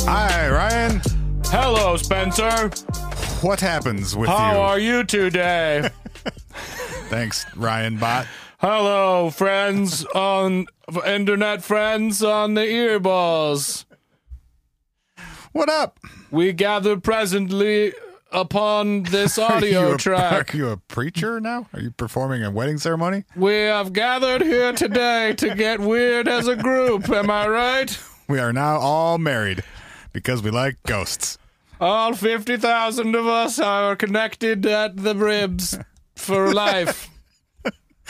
Hi, Ryan. Hello, Spencer. What happens with How you? are you today? Thanks, Ryan Bot. Hello, friends on internet, friends on the earballs. What up? We gather presently upon this are you audio a, track. Are you a preacher now? Are you performing a wedding ceremony? We have gathered here today to get weird as a group. Am I right? We are now all married because we like ghosts. All 50,000 of us are connected at the ribs for life.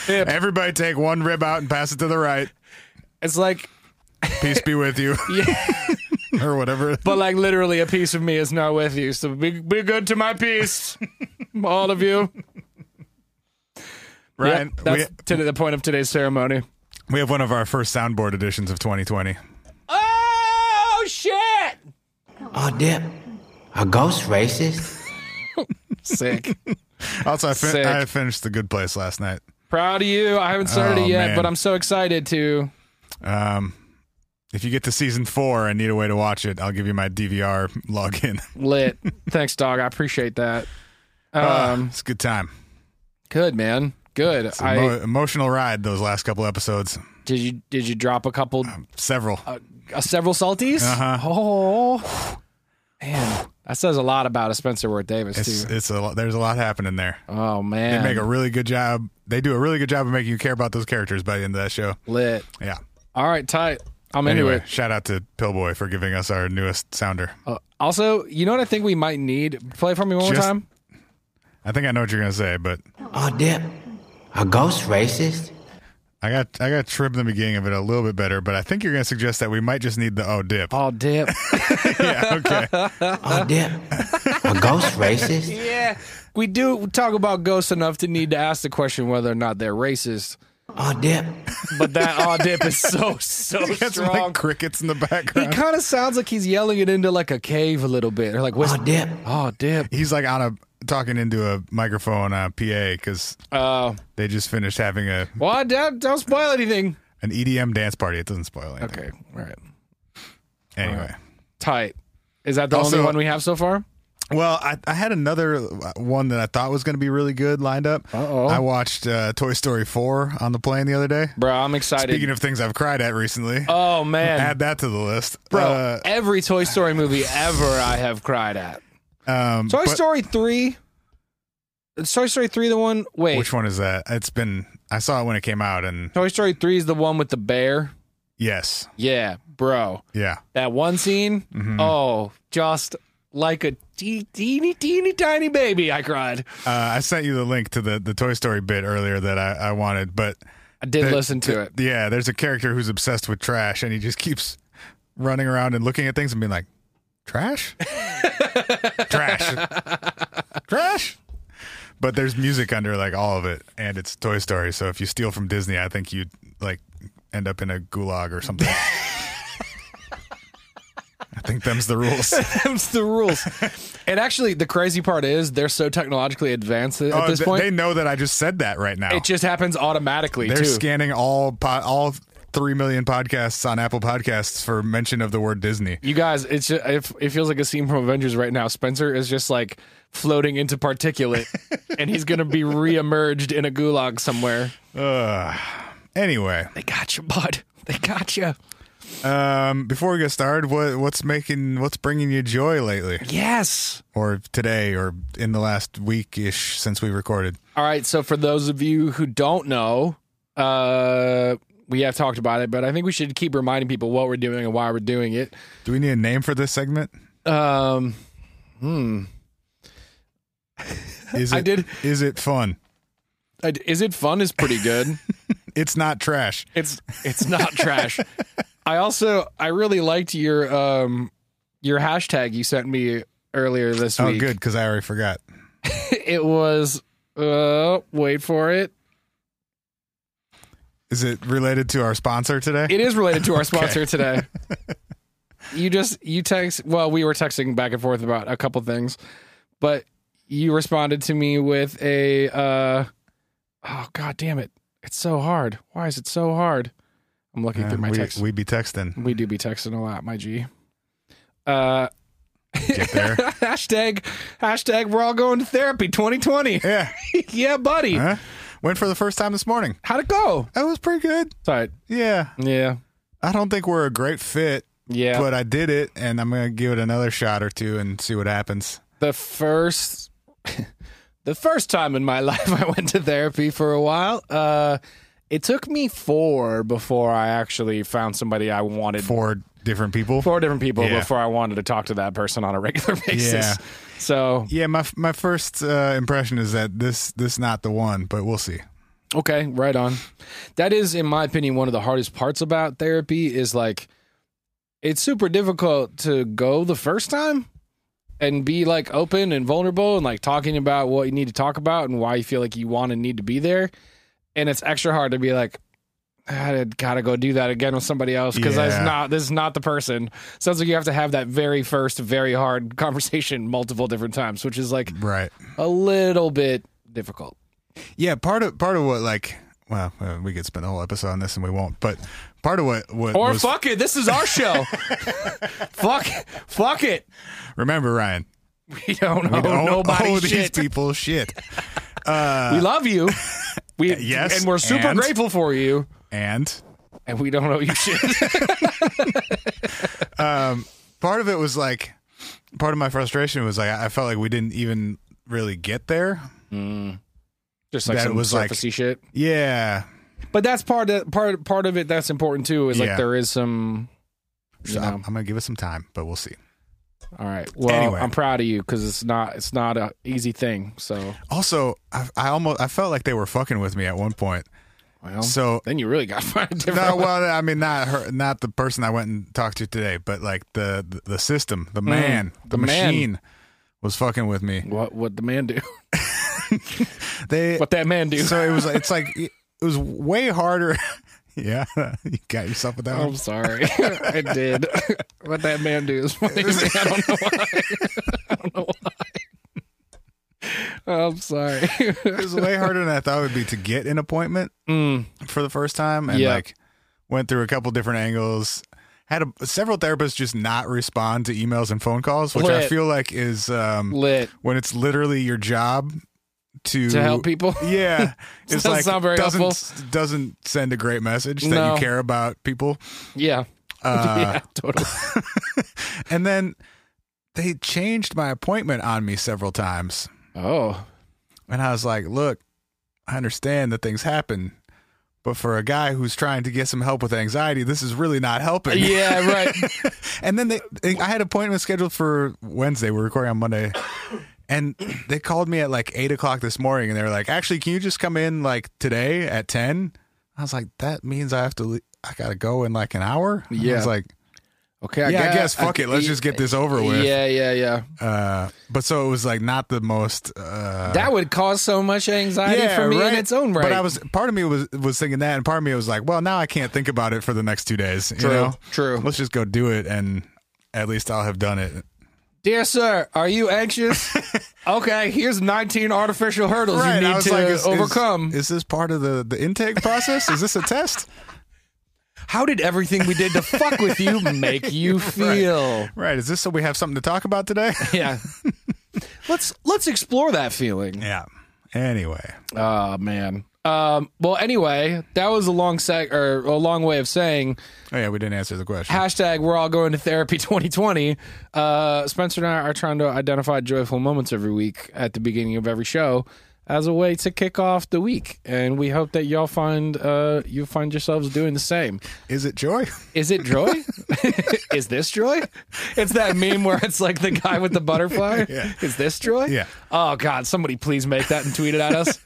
Hip. Everybody take one rib out and pass it to the right. It's like, Peace be with you. or whatever. but like literally a piece of me is not with you. So be, be good to my piece, all of you. Ryan, Yep, that's to the point of today's ceremony. we, we have one of our first soundboard editions of 2020. Oh, shit! Oh, Dip, are ghosts racist? Sick. Also, I, fin- Sick. I finished The Good Place last night. Proud of you. I haven't started Oh, it yet, man. but I'm so excited to. Um, if you get to season four and need a way to watch it, I'll give you my DVR login. Lit. Thanks, dog. I appreciate that. Um, Um, it's a good time. good man. Good. It's an I emo- emotional ride those last couple episodes. did you did you drop a couple Several. uh, several salties? Um, Uh-huh. Oh, man, that says a lot about a Spencer Worth Davis it's too. it's a lot, there's a lot happening there. Oh They man, make a really good job. They do a really good job of making you care about those characters by the end of that show. lit. Yeah. All right, tight. I'm Anyway, into it. shout out to Pillboy for giving us our newest sounder. Uh, also, you know what I think we might need? Play for me one more Just- time. I think I know what you're gonna say, but Oh, Dip, are ghosts racist? I got I got to trim the beginning of it a little bit better. But I think you're gonna suggest that we might just need the oh dip. Oh, dip. yeah. Okay. Oh, Dip, are ghosts racist? yeah, we do talk about ghosts enough to need to ask the question whether or not they're racist. Oh, Dip, But that aw dip is so so That's strong. like crickets in the he background. kind of sounds like he's yelling it into like a cave a little bit, or like oh, whisper. Dip, Oh, dip. He's like on a talking into a microphone uh, PA because Uh, they just finished having a well, don't, don't spoil anything. an EDM dance party. It doesn't spoil anything. Okay, all right. Anyway. Tight. Is that the Also- only one we have so far? Well, I, I had another uh, one that I thought was going to be really good lined up. Uh-oh. I watched uh, Toy Story 4 on the plane the other day. Bro, I'm excited. Speaking of things I've cried at recently, oh man. add that to the list. Bro, Uh, every Toy Story movie ever I have cried at. um, Toy but- Story 3. Is Toy Story 3 the one? Wait. Which one is that? It's been, I saw it when it came out, and Toy Story 3 is the one with the bear. yes. Yeah, bro. Yeah. That one scene, oh, just like a te- teeny, teeny, tiny baby, I cried. Uh, I sent you the link to the, the Toy Story bit earlier that I, I wanted, but I did There- listen to th- it. Yeah, there's a character who's obsessed with trash, and he just keeps running around and looking at things and being like, "Trash, trash, trash." But there's music under like all of it, and it's Toy Story. So if you steal from Disney, I think you like end up in a gulag or something. I think them's the rules. That's the rules. and actually, the crazy part is they're so technologically advanced at Oh, this th- point. E they know that I just said that right now. it just happens automatically They're too. scanning all po- all three million podcasts on Apple Podcasts for mention of the word Disney. you guys, it's just, it, it feels like a scene from Avengers right now. Spencer is just like floating into particulate, and he's gonna be reemerged in a gulag somewhere. Anyway, They got you, bud. They got you. Um, before we get started, what what's making what's bringing you joy lately, Yes. or today, or in the last week ish since we recorded? All right. So for those of you who don't know, uh, we have talked about it, but I think we should keep reminding people what we're doing and why we're doing it. Do we need a name for this segment? Um, hmm. Is it, I did- Is it fun? Uh, Is it fun? Is pretty good. It's not trash. it's it's not trash. I also I really liked your um your hashtag you sent me earlier this Oh, week. good because I already forgot. It was uh wait for it. Is it related to our sponsor today? It is related to our sponsor today. You just you text well, we were texting back and forth about a couple things, but you responded to me with a uh oh god damn it. It's so hard. Why is it so hard? I'm looking Uh, through my we, text. we be texting. We do be texting a lot, my G. Uh, Get there. hashtag hashtag we're all going to therapy 2020. yeah. yeah, buddy. Huh? Went for the first time this morning. How'd it go? That was pretty good. Sorry. Yeah. Yeah. I don't think we're a great fit, Yeah. but I did it, and I'm gonna give it another shot or two and see what happens. the first the first time in my life I went to therapy for a while. Uh it took me four before I actually found somebody I wanted Four different people. four different people Yeah. before I wanted to talk to that person on a regular basis. Yeah. So Yeah, my my first uh, impression is that this this not the one, but we'll see. Okay, right on. That is, in my opinion, one of the hardest parts about therapy is like it's super difficult to go the first time and be like open and vulnerable and like talking about what you need to talk about and why you feel like you want and need to be there. And it's extra hard to be like, "Ah, I gotta go do that again with somebody else because Yeah. that's not this is not the person. Sounds like you have to have that very first, very hard conversation multiple different times, which is like Right. a little bit difficult. Yeah, part of part of what like well, uh, we could spend a whole episode on this and we won't, but part of what what Or was, fuck it, this is our show. fuck, fuck it. remember Ryan, We don't we owe don't Oh, nobody owe these shit. people shit, we love you. We yes, and we're super and- grateful for you. and And we don't owe you shit. part of it was like part of my frustration was like I I felt like we didn't even really get there. Just like That some was like- surfacey shit. Yeah, But that's part of part part of it. That's important too. Is Yeah. like there is some. so You I'm, know. I'm gonna give it some time, but we'll see. All right. Well, Anyway. I'm proud of you because it's not it's not a easy thing. So Also, I, I almost I felt like they were fucking with me at one point. well, So then you really got to find a different. No, well, I mean, not her, not the person I went and talked to today, but like the the, the system, the man, the, Mm. the man. machine was fucking with me. what what the man do? They What that man do? so it was it's like it was way harder. yeah, you got yourself with that I'm one. sorry. I did. what that man do is funny to me. I don't know why. I don't know why. I'm sorry. It was way harder than I thought it would be to get an appointment Oh, Mm, for the first time, and Yeah. like went through a couple different angles. Had a, several therapists just not respond to emails and phone calls, which I Lit. feel like is um, lit when it's literally your job to to help people. Yeah, it's Doesn't like sound very doesn't helpful. doesn't send a great message that No. you care about people. Yeah. Uh, yeah, totally. And then they changed my appointment on me several times, Oh. and I was like, "Look, I understand that things happen, but for a guy who's trying to get some help with anxiety, this is really not helping." Yeah, right. and then they, they, I had appointment scheduled for Wednesday. We're recording on Monday, and they called me at like eight o'clock this morning, and they were like, "Actually, can you just come in like today at 10? I was like, "That means I have to, le- I gotta go in like an hour." And I Yeah. was like, Okay, "Yeah, I I guess guess, fuck it, let's just get this over with." Yeah, yeah, yeah. Uh, but so it was like not the most. Uh, that would cause so much anxiety for me in its own right. But I was part of me was was thinking that, and part of me was like, well, now I can't think about it for the next two days. You True, know? true. Let's just go do it, and at least I'll have done it. Dear sir, are you anxious? okay, here's 19 artificial hurdles Right, you I need was to like, is- is- overcome. Is, this part of the, the intake process? is this a test? How did everything we did to fuck with you make you feel? Right. Is this so we have something to talk about today? Yeah. let's let's explore that feeling. yeah. Anyway, Oh man. Um, well, anyway, that was a long sec or a long way of saying oh yeah, we didn't answer the question. hashtag we're all going to therapy 2020. Uh, Spencer and I are trying to identify joyful moments every week at the beginning of every show as a way to kick off the week, and we hope that y'all find uh, you find yourselves doing the same. Is it joy? Is it joy? is this joy? It's that meme where it's like the guy with the butterfly. Is this joy? Yeah. Oh God! Somebody please make that and tweet it at us.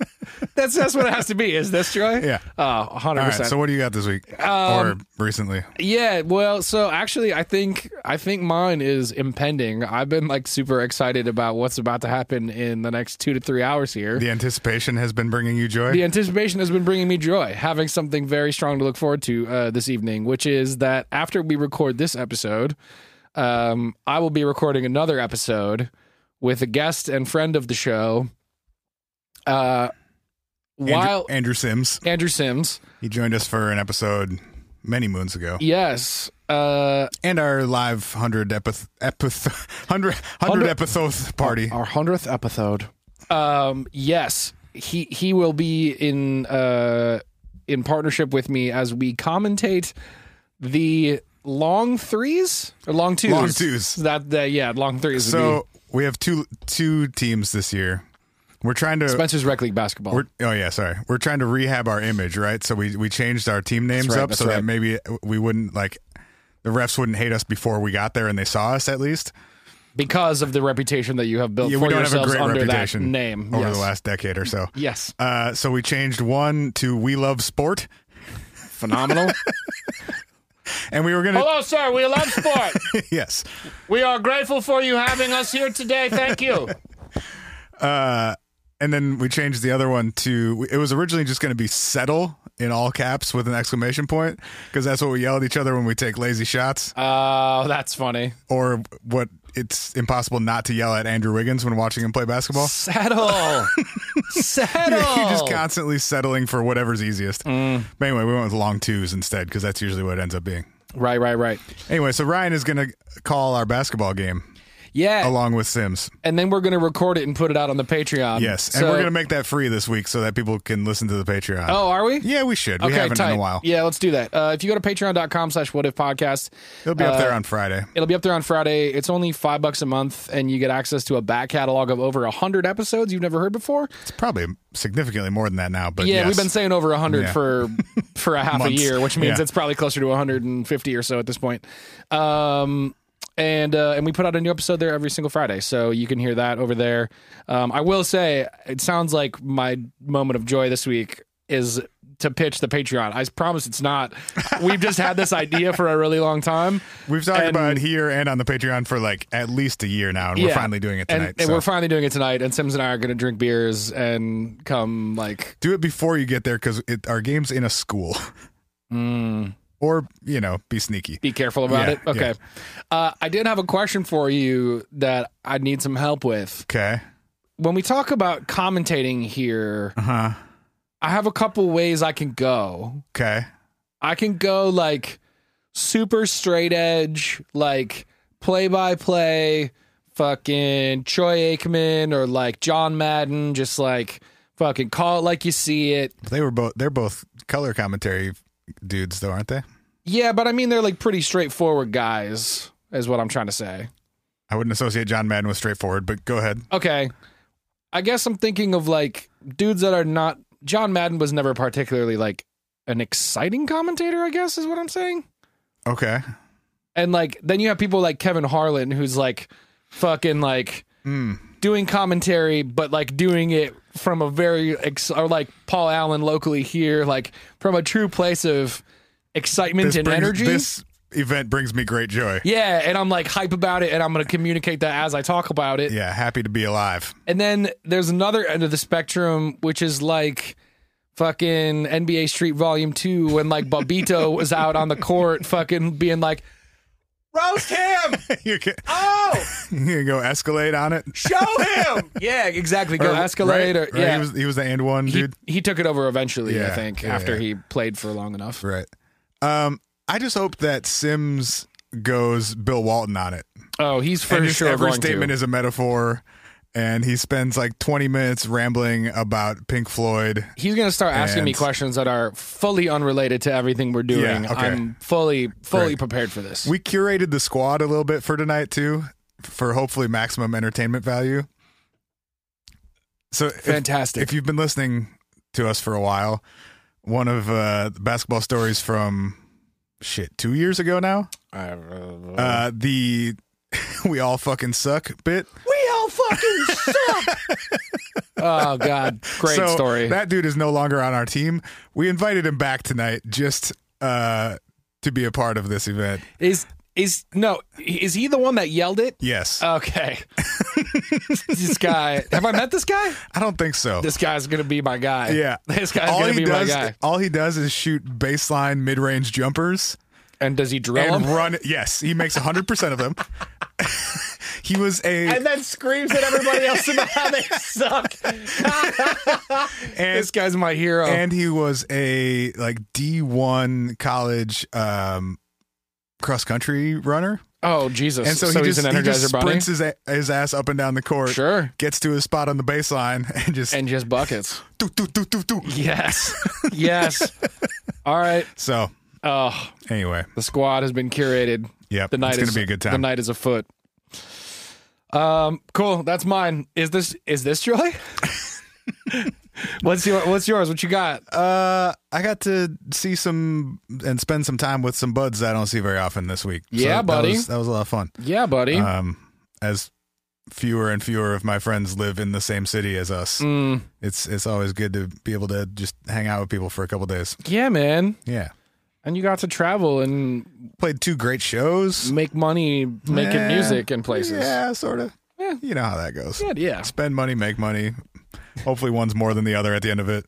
that's that's what it has to be. Is this joy? Yeah. Oh, hundred All right. percent. So what do you got this week or recently? Yeah. Well, so actually, I think I think mine is impending. I've been like super excited about what's about to happen in the next two to three hours here. The anticipation has been bringing you joy. The anticipation has been bringing me joy, having something very strong to look forward to uh, this evening, which is that after we record this episode, um, I will be recording another episode with a guest and friend of the show. Uh, Andrew, while Andrew Sims, Andrew Sims, he joined us for an episode many moons ago. Yes. Uh, And our live 100 epith, epith, 100, 100 epithoth party. our hundredth episode. Um, yes, he he will be in uh in partnership with me as we commentate the long threes or long twos. Long twos. That uh, yeah, long threes. would be So we have two two teams this year. We're trying to Spencer's rec league basketball. We're, oh yeah, sorry. We're trying to rehab our image, right? So we we changed our team names right, up that's so right. that maybe we wouldn't like the refs wouldn't hate us before we got there and they saw us at least. because of the reputation that you have built Yeah, for we don't have a yourselves great under reputation that name. over yes. the last decade or so. yes, Uh, so we changed one to We Love Sport, phenomenal. and we were gonna Hello, sir. We love sport. yes, We are grateful for you having us here today. Thank you. and then we changed the other one to it was originally just going to be Settle in all caps with an exclamation point because that's what we yell at each other when we take lazy shots Oh, that's funny. or what it's impossible not to yell at Andrew Wiggins when watching him play basketball. Settle. Settle. You're just constantly settling for whatever's easiest. Mm. But anyway, we went with long twos instead because that's usually what it ends up being. right, right, right. Anyway, so Ryan is going to call our basketball game Yeah. along with Sims. and then we're going to record it and put it out on the Patreon. Yes, and So- we're going to make that free this week so that people can listen to the Patreon. Oh, are we? yeah, we should. We okay, haven't tight. in a while. Yeah, let's do that. Uh, if you go to patreon.com slash what if podcast, It'll be up Uh, there on Friday. It'll be up there on Friday. It's only five bucks a month, and you get access to a back catalog of over a hundred episodes you've never heard before. It's probably significantly more than that now, but Yeah, yes. we've been saying over hundred Yeah. for for a half a Months. year, which means Yeah. it's probably closer to 150 or so at this point. Um, and uh, and we put out a new episode there every single Friday, so you can hear that over there. Um, I will say, it sounds like my moment of joy this week is to pitch the Patreon. I promise it's not. We've just had this idea for a really long time. We've talked and- about it here and on the Patreon for like at least a year now, and we're Yeah. finally doing it And- tonight. And, so. we're finally doing it tonight. And Sims and I are going to drink beers and come like Do it before you get there because our game's in a school. Mm. Or, you know, be sneaky. be careful about Yeah, it. Okay. Uh, I did have a question for you that I need some help with. Okay. When we talk about commentating here, Uh-huh. I have a couple ways I can go. Okay. I can go like super straight edge, like play by play, fucking Troy Aikman or like John Madden, just like fucking call it like you see it. They were both they're both color commentary dudes though, aren't they? Yeah, but I mean they're like pretty straightforward guys, is what I'm trying to say. I wouldn't associate John Madden with straightforward, but go ahead. Okay. I guess I'm thinking of like dudes that are not John Madden was never particularly like an exciting commentator, I guess is what I'm saying. Okay. And like then you have people like Kevin Harlan who's like fucking like Mm. doing commentary but like doing it from a very ex- or like Paul Allen locally here like from a true place of excitement and brings- energy. this event brings me great joy. yeah, and I'm like hype about it and I'm going to communicate that as I talk about it. Yeah, happy to be alive. And then there's another end of the spectrum, which is like fucking NBA Street Volume 2 when like Bobito was out on the court fucking being like, roast him! you can Oh, you can go escalade on it. show him! yeah, exactly. Go escalate. Right? Or, Right? yeah. He was he was the and one he, dude. he took it over eventually, I Yeah, think, yeah, after yeah. he played for long enough. Right. Um I just hope that Sims goes Bill Walton on it. Oh, he's for and his- sure every going statement to. is a metaphor and he spends like 20 minutes rambling about pink floyd he's going to start asking me and- questions that are fully unrelated to everything we're doing. Yeah, okay. I'm fully, fully prepared for this. we curated the squad a little bit for tonight too for hopefully maximum entertainment value so if, Fantastic. if you've been listening to us for a while one of uh, the basketball stories from shit two years ago now I- Oh. uh, the we all fucking suck bit We all fucking suck. oh God, great so story. That dude is no longer on our team. We invited him back tonight just uh, to be a part of this event. is is no? Is he the one that yelled it? Yes, Okay. this guy. Have I met this guy? I don't think so. This guy's gonna be my guy. yeah, This guy's all gonna he be does, my guy. all he does is shoot baseline mid-range jumpers And does he drill and him? run. Yes, he makes hundred percent of them. He was a and then screams at everybody else about how they suck. and, This guy's my hero. and he was a like D1 college um cross country runner. oh Jesus! And so, he he's just, an he just energizer bunny. sprints his, a- his ass up and down the court. Sure, Gets to his spot on the baseline and just and just buckets. do, do, do, do, do. Yes, yes. All right. So Oh, anyway, the squad has been curated. yep. The night it's gonna is be a good The time. night is afoot. Um, cool. That's mine. Is this is this Joy? what's your what's yours? What you got? Uh, I got to see some and spend some time with some buds that I don't see very often this week. Yeah, that buddy. was- that was a lot of fun. Yeah, buddy. um, as fewer and fewer of my friends live in the same city as us. Mm, It's it's always good to be able to just hang out with people for a couple days. yeah, man. Yeah, And you got to travel and played two great shows, make money making Yeah. music in places. Yeah, sort of. Yeah. You know how that goes. Yeah, yeah. Spend money, make money. Hopefully, one's more than the other at the end of it.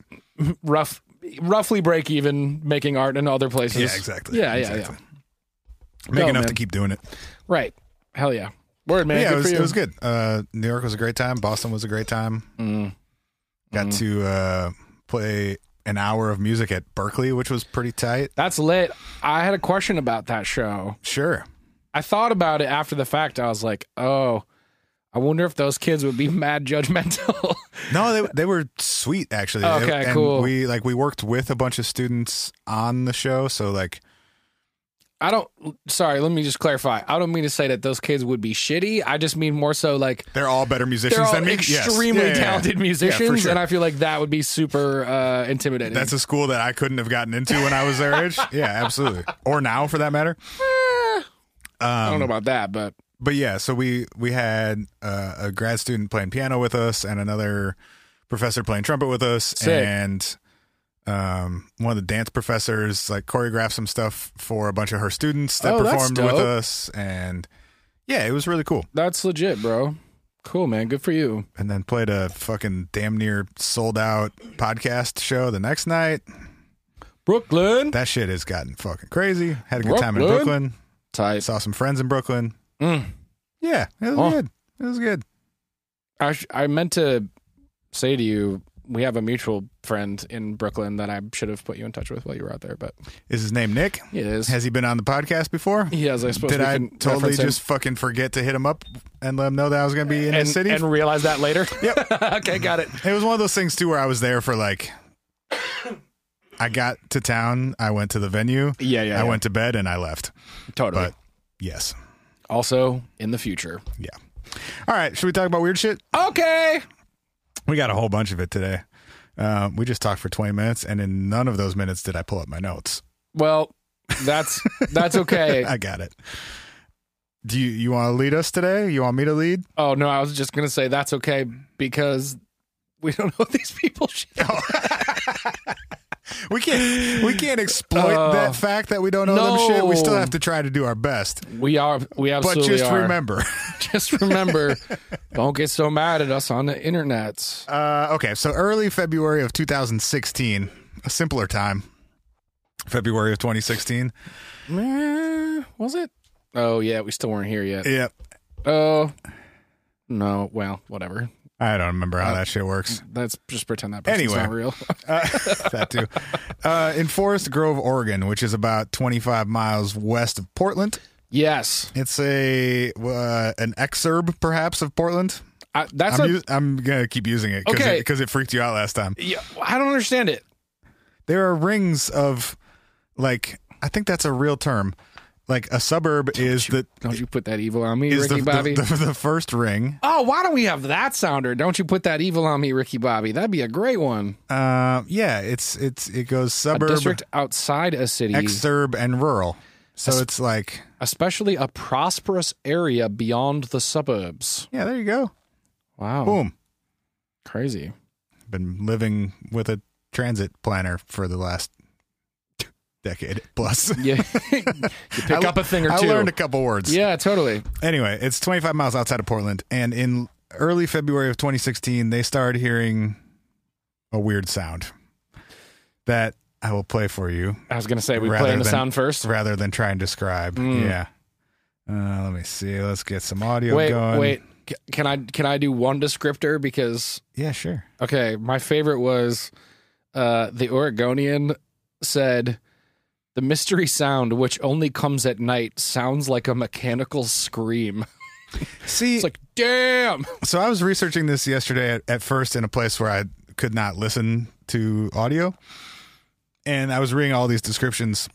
Rough, roughly break even making art in other places. Yeah, exactly. Yeah, yeah, Exactly. yeah. Make Go, enough man. to keep doing it. Right. Hell yeah. Word man. yeah, good it was for you. it was good. Uh, New York was a great time. Boston was a great time. Mm. Mm-hmm. Got to uh, play an hour of music at Berkeley, which was pretty tight. That's lit. I had a question about that show. Sure. I thought about it after the fact. I was like, oh, I wonder if those kids would be mad judgmental. No, they they were sweet actually. Okay, They- and cool. We like we worked with a bunch of students on the show, so like I don't, sorry, let me just clarify. I don't mean to say that those kids would be shitty. I just mean more so like they're all better they're musicians all than me. Yes. extremely Yeah, yeah, yeah. talented musicians. sure. And I feel like that would be super uh, intimidating. That's a school that I couldn't have gotten into when I was their age. Yeah, absolutely. Or now for that matter. I don't um, know about that, but But yeah, so we we had uh, a grad student playing piano with us and another professor playing trumpet with us Sick. and um, one of the dance professors like choreographed some stuff for a bunch of her students that Oh, that's performed with dope. us and yeah, it was really cool. that's legit, bro. Cool, man. Good for you. and then played a fucking damn near sold out podcast show the next night. Brooklyn. That shit has gotten fucking crazy. Had a good time in Brooklyn? Brooklyn. Tight. Saw some friends in Brooklyn. Mm. Yeah, it was Oh. good. It was good. I, sh- I meant to say to you, we have a mutual friend in Brooklyn that I should have put you in touch with while you were out there, but Is his name Nick? he is. Has he been on the podcast before? he has, I suppose. Did we I can totally reference him just fucking forget to hit him up and let him know that I was going to be in and, his city? and realize that later? Yep. okay, got it. It was one of those things too where I was there for like I got to town, I went to the venue, Yeah, yeah. I went to bed and I left. totally. But yes. also in the future. Yeah. All right, should we talk about weird shit? Okay. We got a whole bunch of it today. Um, we just talked for 20 minutes, and in none of those minutes did I pull up my notes. Well, that's that's okay. I got it. Do you you want to lead us today? You want me to lead? Oh no, I was just gonna say that's okay because we don't know these people. Shit. We can't we can't exploit Uh, that fact that we don't know no. them shit. We still have to try to do our best. We are. We But absolutely just are. remember. Just remember, don't get so mad at us on the internet. Uh, okay, so early February of 2016, a simpler time. February of 2016. Uh, Meh, was it? Oh yeah, we still weren't here yet. Yep. Oh no, well, whatever. I don't remember Uh, how that shit works. Let's just pretend that person's Anyway. not real. that too. Uh, in Forest Grove, Oregon, which is about 25 miles west of Portland. yes, It's a uh, an exurb, perhaps, of Portland. I, that's I'm, a. us- I'm gonna keep using it because Okay. it, 'cause it freaked you out last time. yeah, I don't understand it. There are rings of, like, I think that's a real term. Like a suburb is the Don't you put that evil on me, is Ricky the, Bobby? the, the, the first ring. oh, why don't we have that sounder? Don't you put that evil on me, Ricky Bobby? That'd be a great one. Uh, yeah, it's it's it goes A suburb, district outside a city, exurb, and rural. So it's like especially a prosperous area beyond the suburbs. yeah, there you go. Wow, Boom. crazy. been living with a transit planner for the last decade plus. Yeah, you pick I- up a thing or I two. learned a couple words. yeah, totally. Anyway, it's 25 miles outside of Portland, and in early February of 2016, they started hearing a weird sound that I will play for you I was gonna say we Rather play in the than- sound first. rather than try and describe. Mm. Yeah. Uh, let me see. Let's get some audio wait, going. wait. C- Can I can I do one descriptor because Yeah, sure. okay, my favorite was uh the Oregonian said the mystery sound which only comes at night sounds like a mechanical scream. See, It's like damn. so I was researching this yesterday at, at first in a place where I could not listen to audio. And I was reading all these descriptions.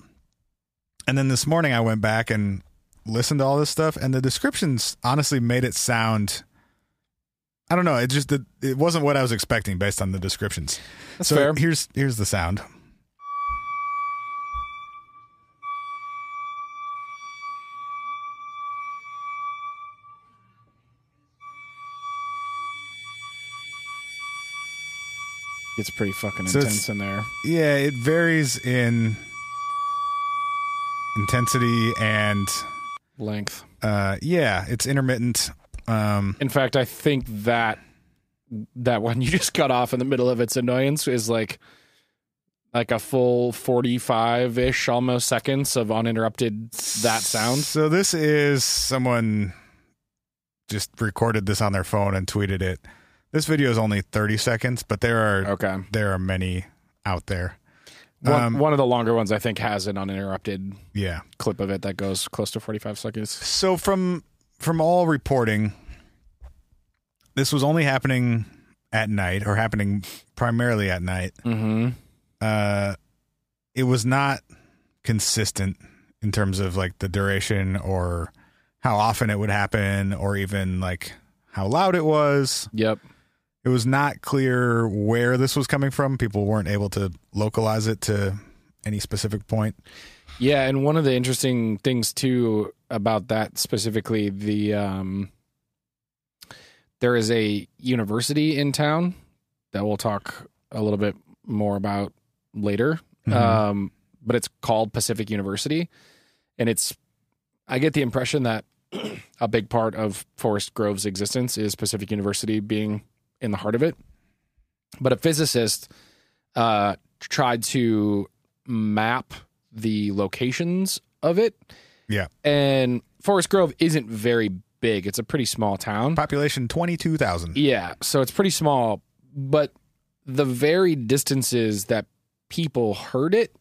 And then this morning I went back and listened to all this stuff and the descriptions honestly made it sound I don't know, it just it, it wasn't what I was expecting based on the descriptions. That's so fair. here's here's the sound. It's pretty fucking So it's- intense in there. Yeah, it varies in intensity and Length. uh yeah, it's intermittent. Um In fact, I think that that one you just cut off in the middle of its annoyance is like like a full 45-ish almost seconds of uninterrupted that sound. Um, So this is someone just recorded this on their phone and tweeted it. This video is only 30 seconds, but there are Okay. there are many out there. One, Um, one of the longer ones I think has an uninterrupted Yeah. clip of it that goes close to 45 seconds. So from from all reporting, this was only happening at night or happening primarily at night. Mm-hmm. Uh it was not consistent in terms of like the duration or how often it would happen or even like how loud it was. Yep. It was not clear where this was coming from. People weren't able to localize it to any specific point. Yeah, and one of the interesting things too about that specifically, the um, there is a university in town that we'll talk a little bit more about later. Um, but it's called Pacific University, and it's I get the impression that a big part of Forest Grove's existence is Pacific University being in the heart of it. But a physicist uh, tried to map the locations of it. Yeah. And Forest Grove isn't very big. It's a pretty small town. Population 22,000. Yeah, so it's pretty small, but the very distances that people heard it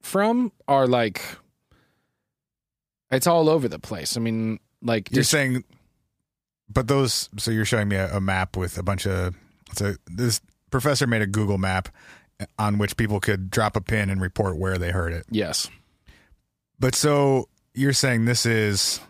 from are like it's all over the place. I mean, like You're just- saying, but those, so you're showing me a, a map with a bunch of, so this professor made a Google map on which people could drop a pin and report where they heard it. yes. But so you're saying this is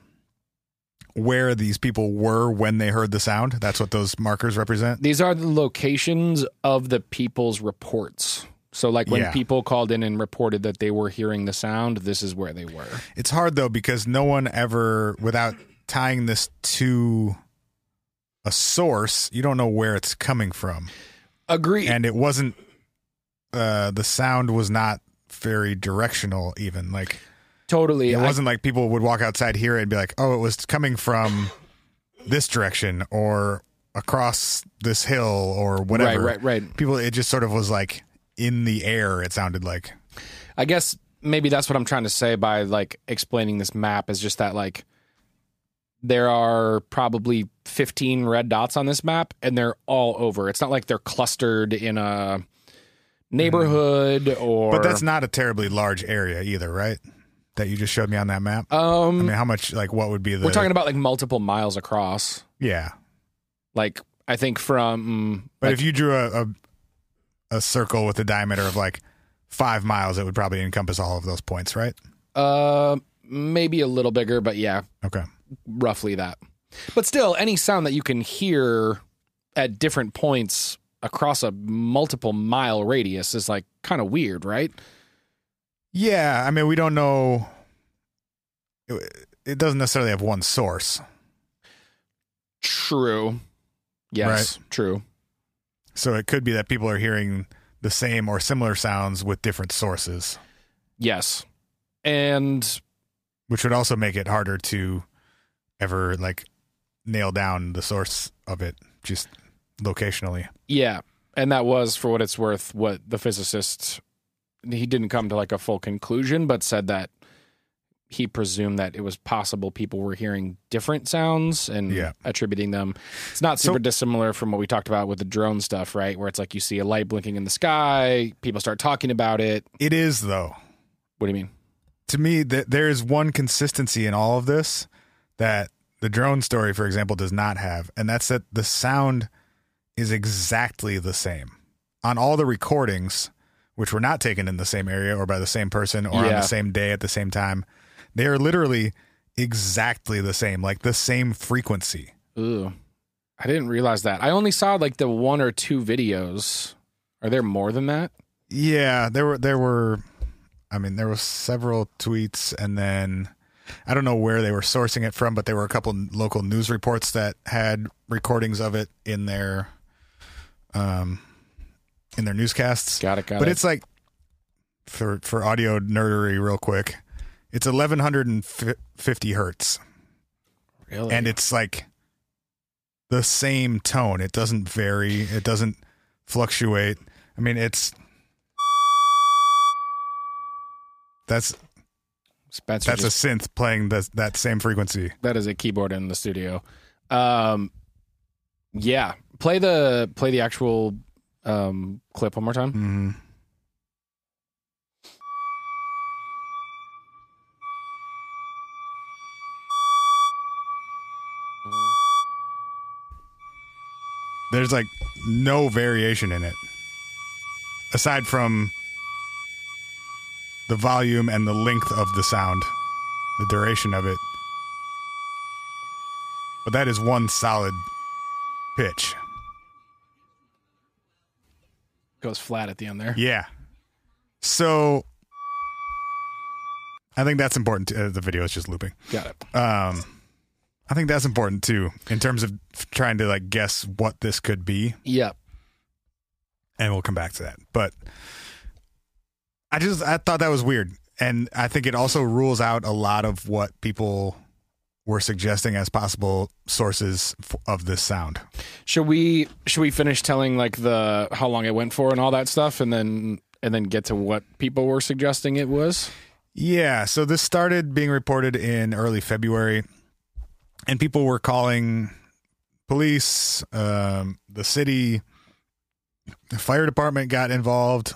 where these people were when they heard the sound? That's what those markers represent? These are the locations of the people's reports. So like when Yeah. people called in and reported that they were hearing the sound, this is where they were. It's hard though because no one ever, without tying this to a source, you don't know where it's coming from, Agree. and it wasn't. Uh, the sound was not very directional. Even like totally. it I- wasn't like people would walk outside here and be like, "Oh, it was coming from this direction or across this hill or whatever." Right, right, right. People, it just sort of was like in the air. It sounded like I guess maybe that's what I'm trying to say by like explaining this map is just that like there are probably 15 red dots on this map and they're all over. It's not like they're clustered in a neighborhood or Mm-hmm. But that's not a terribly large area either, right? That you just showed me on that map. um I mean, how much? Like, what would be the? we're talking about like multiple miles across. Yeah, Like I think from but if you drew a, a a circle with a diameter of like five miles, it would probably encompass all of those points, right? uh maybe a little bigger but yeah, Okay. roughly that. But still, any sound that you can hear at different points across a multiple mile radius is like kind of weird, right? Yeah, I mean, we don't know. It, it doesn't necessarily have one source, True. Yes, true. so it could be that people are hearing the same or similar sounds with different sources, Yes. And which would also make it harder to ever like nail down the source of it, just locationally. yeah, and that was for what it's worth what the physicist he didn't come to like a full conclusion but said that he presumed that it was possible people were hearing different sounds and Yeah. attributing them. It's not super So- dissimilar from what we talked about with the drone stuff, right? Where it's like you see a light blinking in the sky, people start talking about it. It is though. What do you mean? To me, that there is one consistency in all of this that the drone story, for example, does not have, and that's that the sound is exactly the same on all the recordings, which were not taken in the same area or by the same person or on Yeah. the same day at the same time. They are literally exactly the same, like the same frequency. Ooh. I didn't realize that. I only saw like the one or two videos. Are there more than that? Yeah, there were there were I mean there were several tweets and then I don't know where they were sourcing it from, but there were a couple local news reports that had recordings of it in their um in their newscasts. Got it, got but it. it's like for for audio nerdery real quick. It's 1150 hertz really and it's like the same tone. It doesn't vary. It doesn't fluctuate. I mean, it's that's Spencer that's just a synth playing that that same frequency. that is a keyboard in the studio. Um, yeah, play the play the actual um, clip one more time. Mm-hmm. Mm-hmm. There's like no variation in it, aside from the volume and the length of the sound, the duration of it. But that is one solid pitch. Goes flat at the end there. Yeah. So I think that's important. To, uh, the video is just looping. Got it. Um, I think that's important too in terms of trying to like guess what this could be, Yep. and we'll come back to that. But I just I thought that was weird, and I think it also rules out a lot of what people were suggesting as possible sources f- of this sound. Should we should we finish telling like the how long it went for and all that stuff, and then and then get to what people were suggesting it was? Yeah, so this started being reported in early February, and people were calling police, um, the city, the fire department got involved,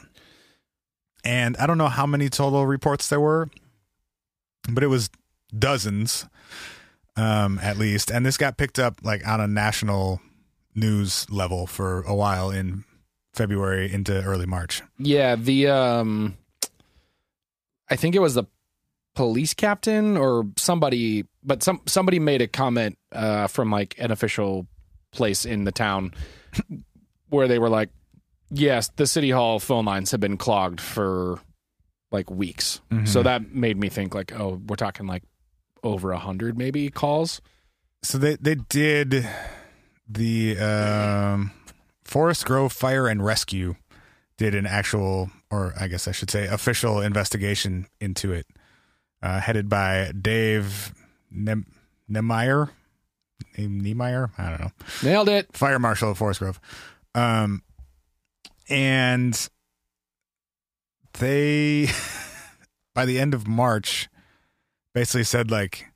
and I don't know how many total reports there were, but it was dozens, um, at least. And this got picked up like on a national news level for a while in February into early March. Yeah. The um, I think it was the police captain or somebody, but some somebody made a comment uh, from like an official place in the town where they were like, "Yes, the city hall phone lines have been clogged for like weeks." So that made me think like, "Oh, we're talking like over a hundred maybe calls." so they they did the um, Forest Grove Fire and Rescue did an actual, or I guess I should say, official investigation into it, uh, headed by Dave Nem- Nemeyer, Nemeyer, I don't know, Nailed it. fire marshal of Forest Grove, um, and they by the end of March basically said like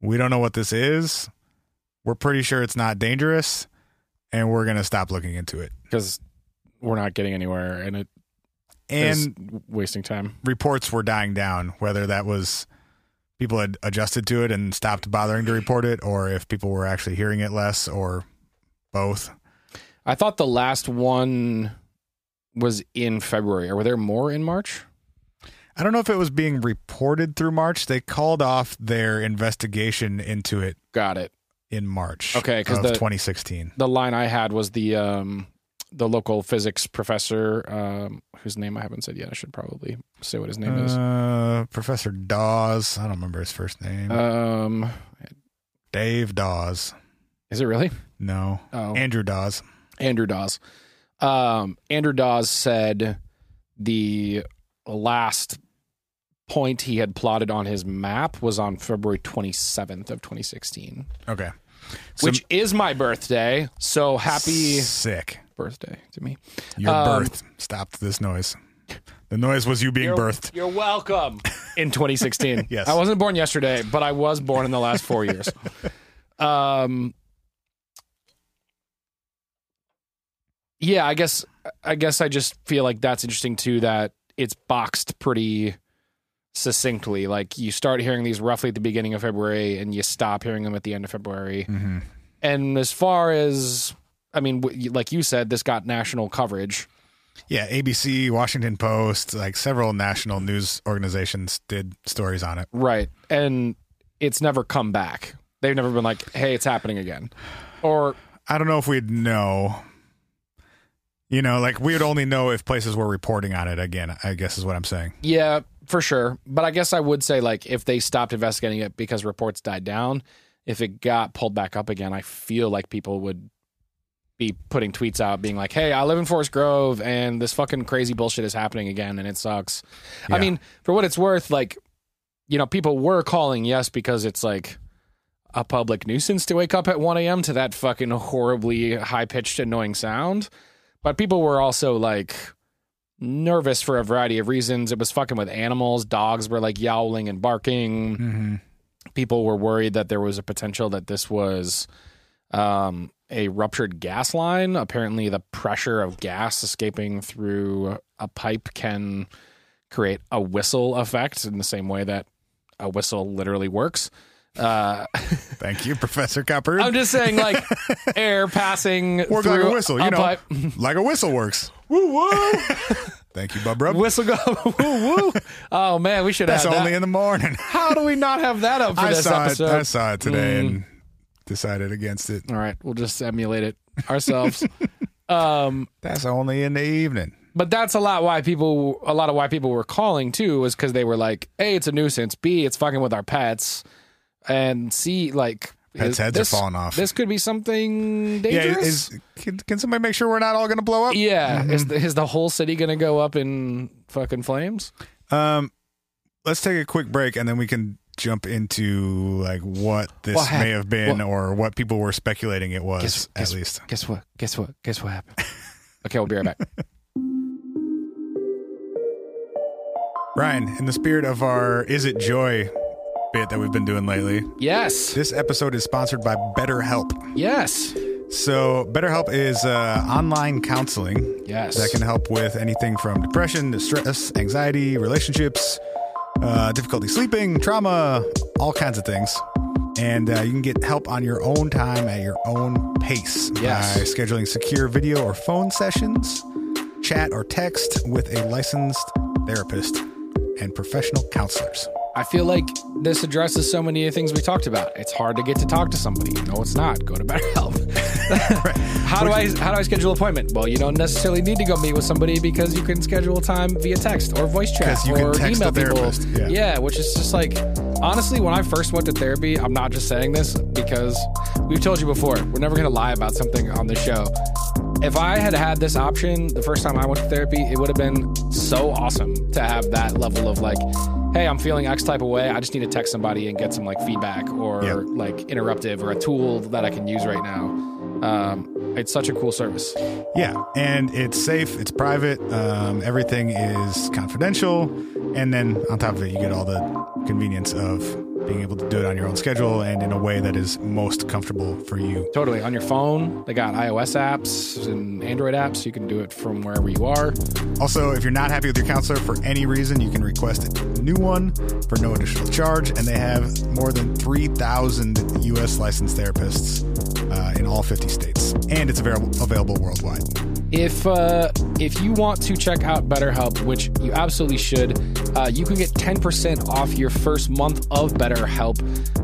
we don't know what this is. We're pretty sure it's not dangerous and we're going to stop looking into it. because we're not getting anywhere and it And is wasting time. reports were dying down, whether that was people had adjusted to it and stopped bothering to report it or if people were actually hearing it less or both. I thought the last one was in February. Or were there more in March? I don't know if it was being reported through March. They called off their investigation into it Got it. in March Okay, 'cause of the- 2016. The line I had was the um, the local physics professor um, whose name I haven't said yet. I should probably say what his name is. Uh, Professor Dawes. I don't remember his first name. Um, Dave Dawes. is it really? No. Oh, Andrew Dawes. Andrew Dawes. Um, Andrew Dawes said the last point he had plotted on his map was on February 27th of 2016, Okay. which is my birthday. So happy Sick. birthday to me. Your Um, birth stopped this noise. The noise was you being You're- birthed. You're welcome. In 2016. Yes. I wasn't born yesterday, but I was born in the last four years. Um. Yeah, I guess I guess I just feel like that's interesting too. That it's boxed pretty succinctly. Like you start hearing these roughly at the beginning of February, and you stop hearing them at the end of February. hmm And as far as I mean, w- like you said, this got national coverage. Yeah, ABC, Washington Post, like several national news organizations did stories on it. Right. And it's never come back. They've never been like, hey, it's happening again. Or, I don't know if we'd know. You know, like we would only know if places were reporting on it again, I guess is what I'm saying. yeah, for sure. But I guess I would say, like, if they stopped investigating it because reports died down, if it got pulled back up again, I feel like people would be putting tweets out being like, hey, I live in Forest Grove and this fucking crazy bullshit is happening again and it sucks. I Yeah. mean, for what it's worth, like, you know, people were calling yes because it's like a public nuisance to wake up at 1 a.m. to that fucking horribly high pitched, annoying sound. But people were also like nervous for a variety of reasons. It was fucking with animals. Dogs were like yowling and barking Mm-hmm. people were worried that there was a potential that this was um, a ruptured gas line. Apparently, the pressure of gas escaping through a pipe can create a whistle effect in the same way that a whistle literally works. Uh, Thank you, Professor Copper. I'm just saying, like air passing Works like through a whistle, you know, pipe. like a whistle works. Thank you, Bub Rub. Whistle go woo woo. Oh man, we should That's have that. only in the morning. How do we not have that up for I this saw episode? it. Mm. I saw it today and decided against it. All right, we'll just emulate it ourselves. um, That's only in the evening. but that's a lot why people a lot of why people were calling too was because they were like a it's a nuisance b it's fucking with our pets and c like Pets' is- heads are this- falling off. this could be something Yeah, dangerous is, Mm-hmm. can, can somebody make sure we're not all going to blow up? yeah is, the, is the whole city gonna go up in fucking flames Um, let's take a quick break and then we can jump into like what this What may happened? have been What- or what people were speculating it was Guess- at guess- least. guess what guess what guess what happened okay we'll be right back Ryan, in the spirit of our "Is It Joy" bit that we've been doing lately, yes this episode is sponsored by BetterHelp. yes So, BetterHelp is uh, online counseling yes that can help with anything from depression, distress, anxiety, relationships, uh, difficulty sleeping, trauma, all kinds of things. And uh, you can get help on your own time at your own pace Yes. by scheduling secure video or phone sessions, chat or text with a licensed therapist and professional counselors. I feel like this addresses so many of the things we talked about. It's hard to get to talk to somebody. No, it's not. Go to BetterHelp. How do I how do I schedule an appointment? Well, you don't necessarily need to go meet with somebody because you can schedule time via text or voice chat 'Cause you or can text email the therapist, people. yeah. which is just like honestly, when I first went to therapy, I'm not just saying this because we've told you before. We're never going to lie about something on the show. If I had had this option the first time I went to therapy, it would have been so awesome to have that level of like, hey, I'm feeling X type of way. I just need to text somebody and get some like feedback or Yeah. like interruptive or a tool that I can use right now. Um, it's such a cool service. Yeah, and it's safe, it's private, um, everything is confidential, and then on top of it, you get all the convenience of being able to do it on your own schedule and in a way that is most comfortable for you. Totally. On your phone, they got iOS apps and Android apps. You can do it from wherever you are. Also, if you're not happy with your counselor for any reason, you can request a new one for no additional charge, and they have more than 3,000 U.S. licensed therapists uh, in all 50 states, and it's available available worldwide. If uh, if you want to check out BetterHelp, which you absolutely should, uh, you can get 10% off your first month of BetterHelp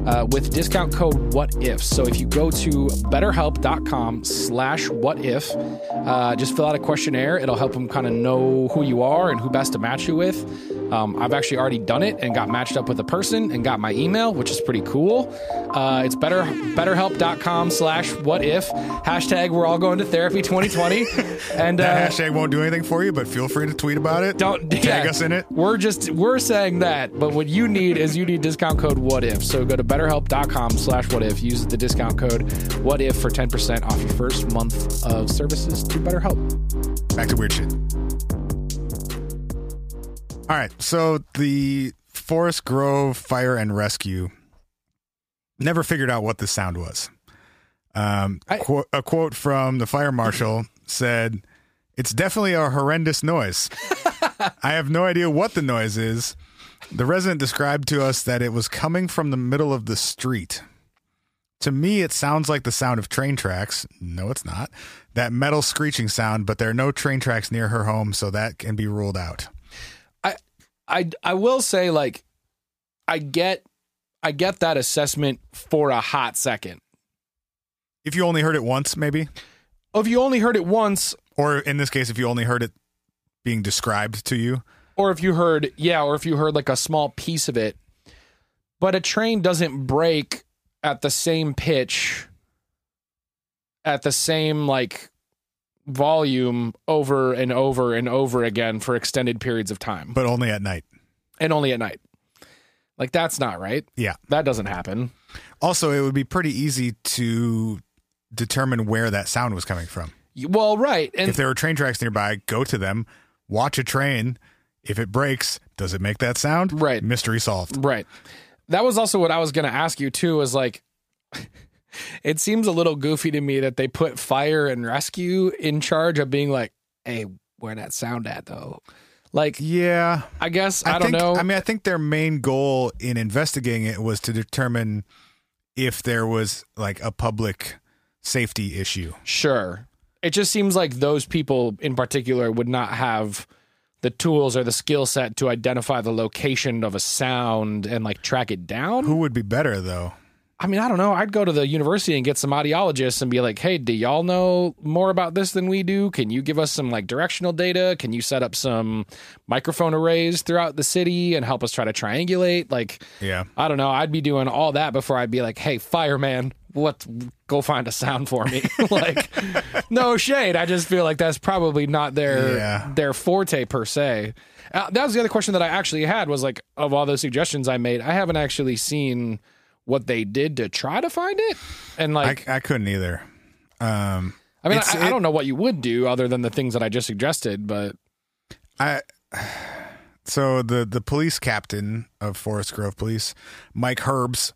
uh, with discount code WHATIF. So if you go to betterhelp.com slash whatif, uh, just fill out a questionnaire. It'll help them kind of know who you are and who best to match you with. Um, I've actually already done it and got matched up with a person and got my email, which is pretty cool. Uh, it's better betterhelp.com slash what if hashtag we're all going to therapy 2020 and uh, That hashtag won't do anything for you, but feel free to tweet about it. don't tag yeah. us in it. We're just we're saying that, but what you need is you need discount code what if. So go to betterhelp.com slash what if. Use the discount code what if for 10% off your first month of services to BetterHelp. Back to weird shit. All right. So the Forest Grove Fire and Rescue never figured out what the sound was. Um, I- qu- a quote from the fire marshal said, It's definitely a horrendous noise. I have no idea what the noise is. The resident described to us that it was coming from the middle of the street. To me, it sounds like the sound of train tracks. No, it's not. That metal screeching sound, but there are no train tracks near her home, so that can be ruled out. I I will say like I get I get that assessment for a hot second. If you only heard it once, maybe, If you only heard it once, or in this case, if you only heard it being described to you, or if you heard yeah, or if you heard like a small piece of it, but a train doesn't break at the same pitch, at the same like volume over and over and over again for extended periods of time, but only at night. and only at night. Like that's not right. Yeah. that doesn't happen. Also, it would be pretty easy to determine where that sound was coming from. You- Well, right, and if there are train tracks nearby, go to them, watch a train. If it breaks, does it make that sound? Right. Mystery solved. Right. That was also what I was going to ask you too is like it seems a little goofy to me that they put fire and rescue in charge of being like, "Hey, where that sound at though?" Like, Yeah. I guess I, don't think, know. I mean, I think their main goal in investigating it was to determine if there was like a public safety issue. sure. It just seems like those people in particular would not have the tools or the skill set to identify the location of a sound and like track it down. Who would be better though? I mean, I don't know. I'd go to the university and get some audiologists and be like, "Hey, do y'all know more about this than we do? Can you give us some like directional data? Can you set up some microphone arrays throughout the city and help us try to triangulate?" Like, Yeah. I don't know. I'd be doing all that before I'd be like, "Hey, fireman, what? Go find a sound for me." like, no shade. I just feel like that's probably not their Yeah. their forte per se. Uh, that was the other question that I actually had was like, of all those suggestions I made, I haven't actually seen what they did to try to find it. And I, like, I couldn't either. Um, I, mean, it's- I, I don't know what you would do other than the things that I just suggested, but I so the the police captain of Forest Grove Police, Mike Herbs.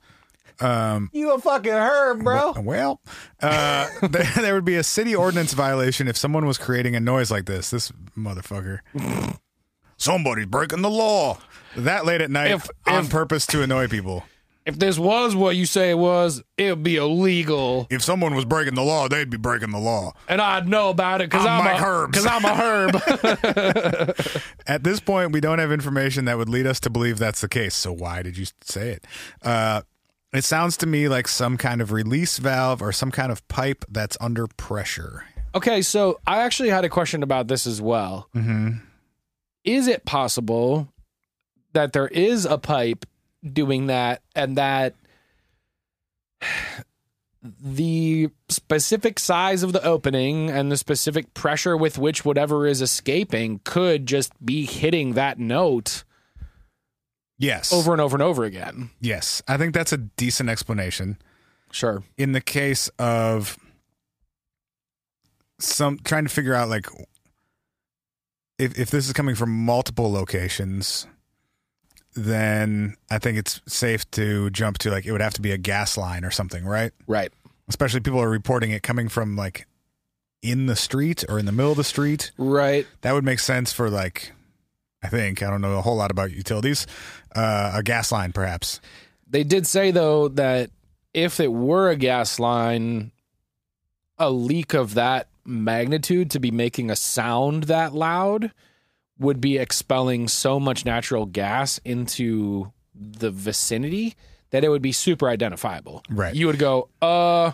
You a fucking herb, bro. Well, uh, there, there would be a city ordinance violation if someone was creating a noise like this. This motherfucker. Somebody's breaking the law. That late at night If- on if- purpose to annoy people. if this was what you say it was, it'd be illegal. If someone was breaking the law, they'd be breaking the law. And I'd know about it because I'm I'm, Mike a, Herbs. because I'm a herb. At this point, we don't have information that would lead us to believe that's the case. So why did you say it? Uh, it sounds to me like some kind of release valve or some kind of pipe that's under pressure. Okay, so I actually had a question about this as well. Mm-hmm. Is it possible that there is a pipe doing that and that the specific size of the opening and the specific pressure with which whatever is escaping could just be hitting that note Yes. over and over and over again? Yes. I think that's a decent explanation. Sure. in the case of some trying to figure out like if if this is coming from multiple locations then i think it's safe to jump to like it would have to be a gas line or something right Right. especially people are reporting it coming from like in the street or in the middle of the street Right. that would make sense for like i think i don't know a whole lot about utilities uh, a gas line perhaps They did say though that if it were a gas line, a leak of that magnitude to be making a sound that loud would be expelling so much natural gas into the vicinity that it would be super identifiable. Right. You would go, uh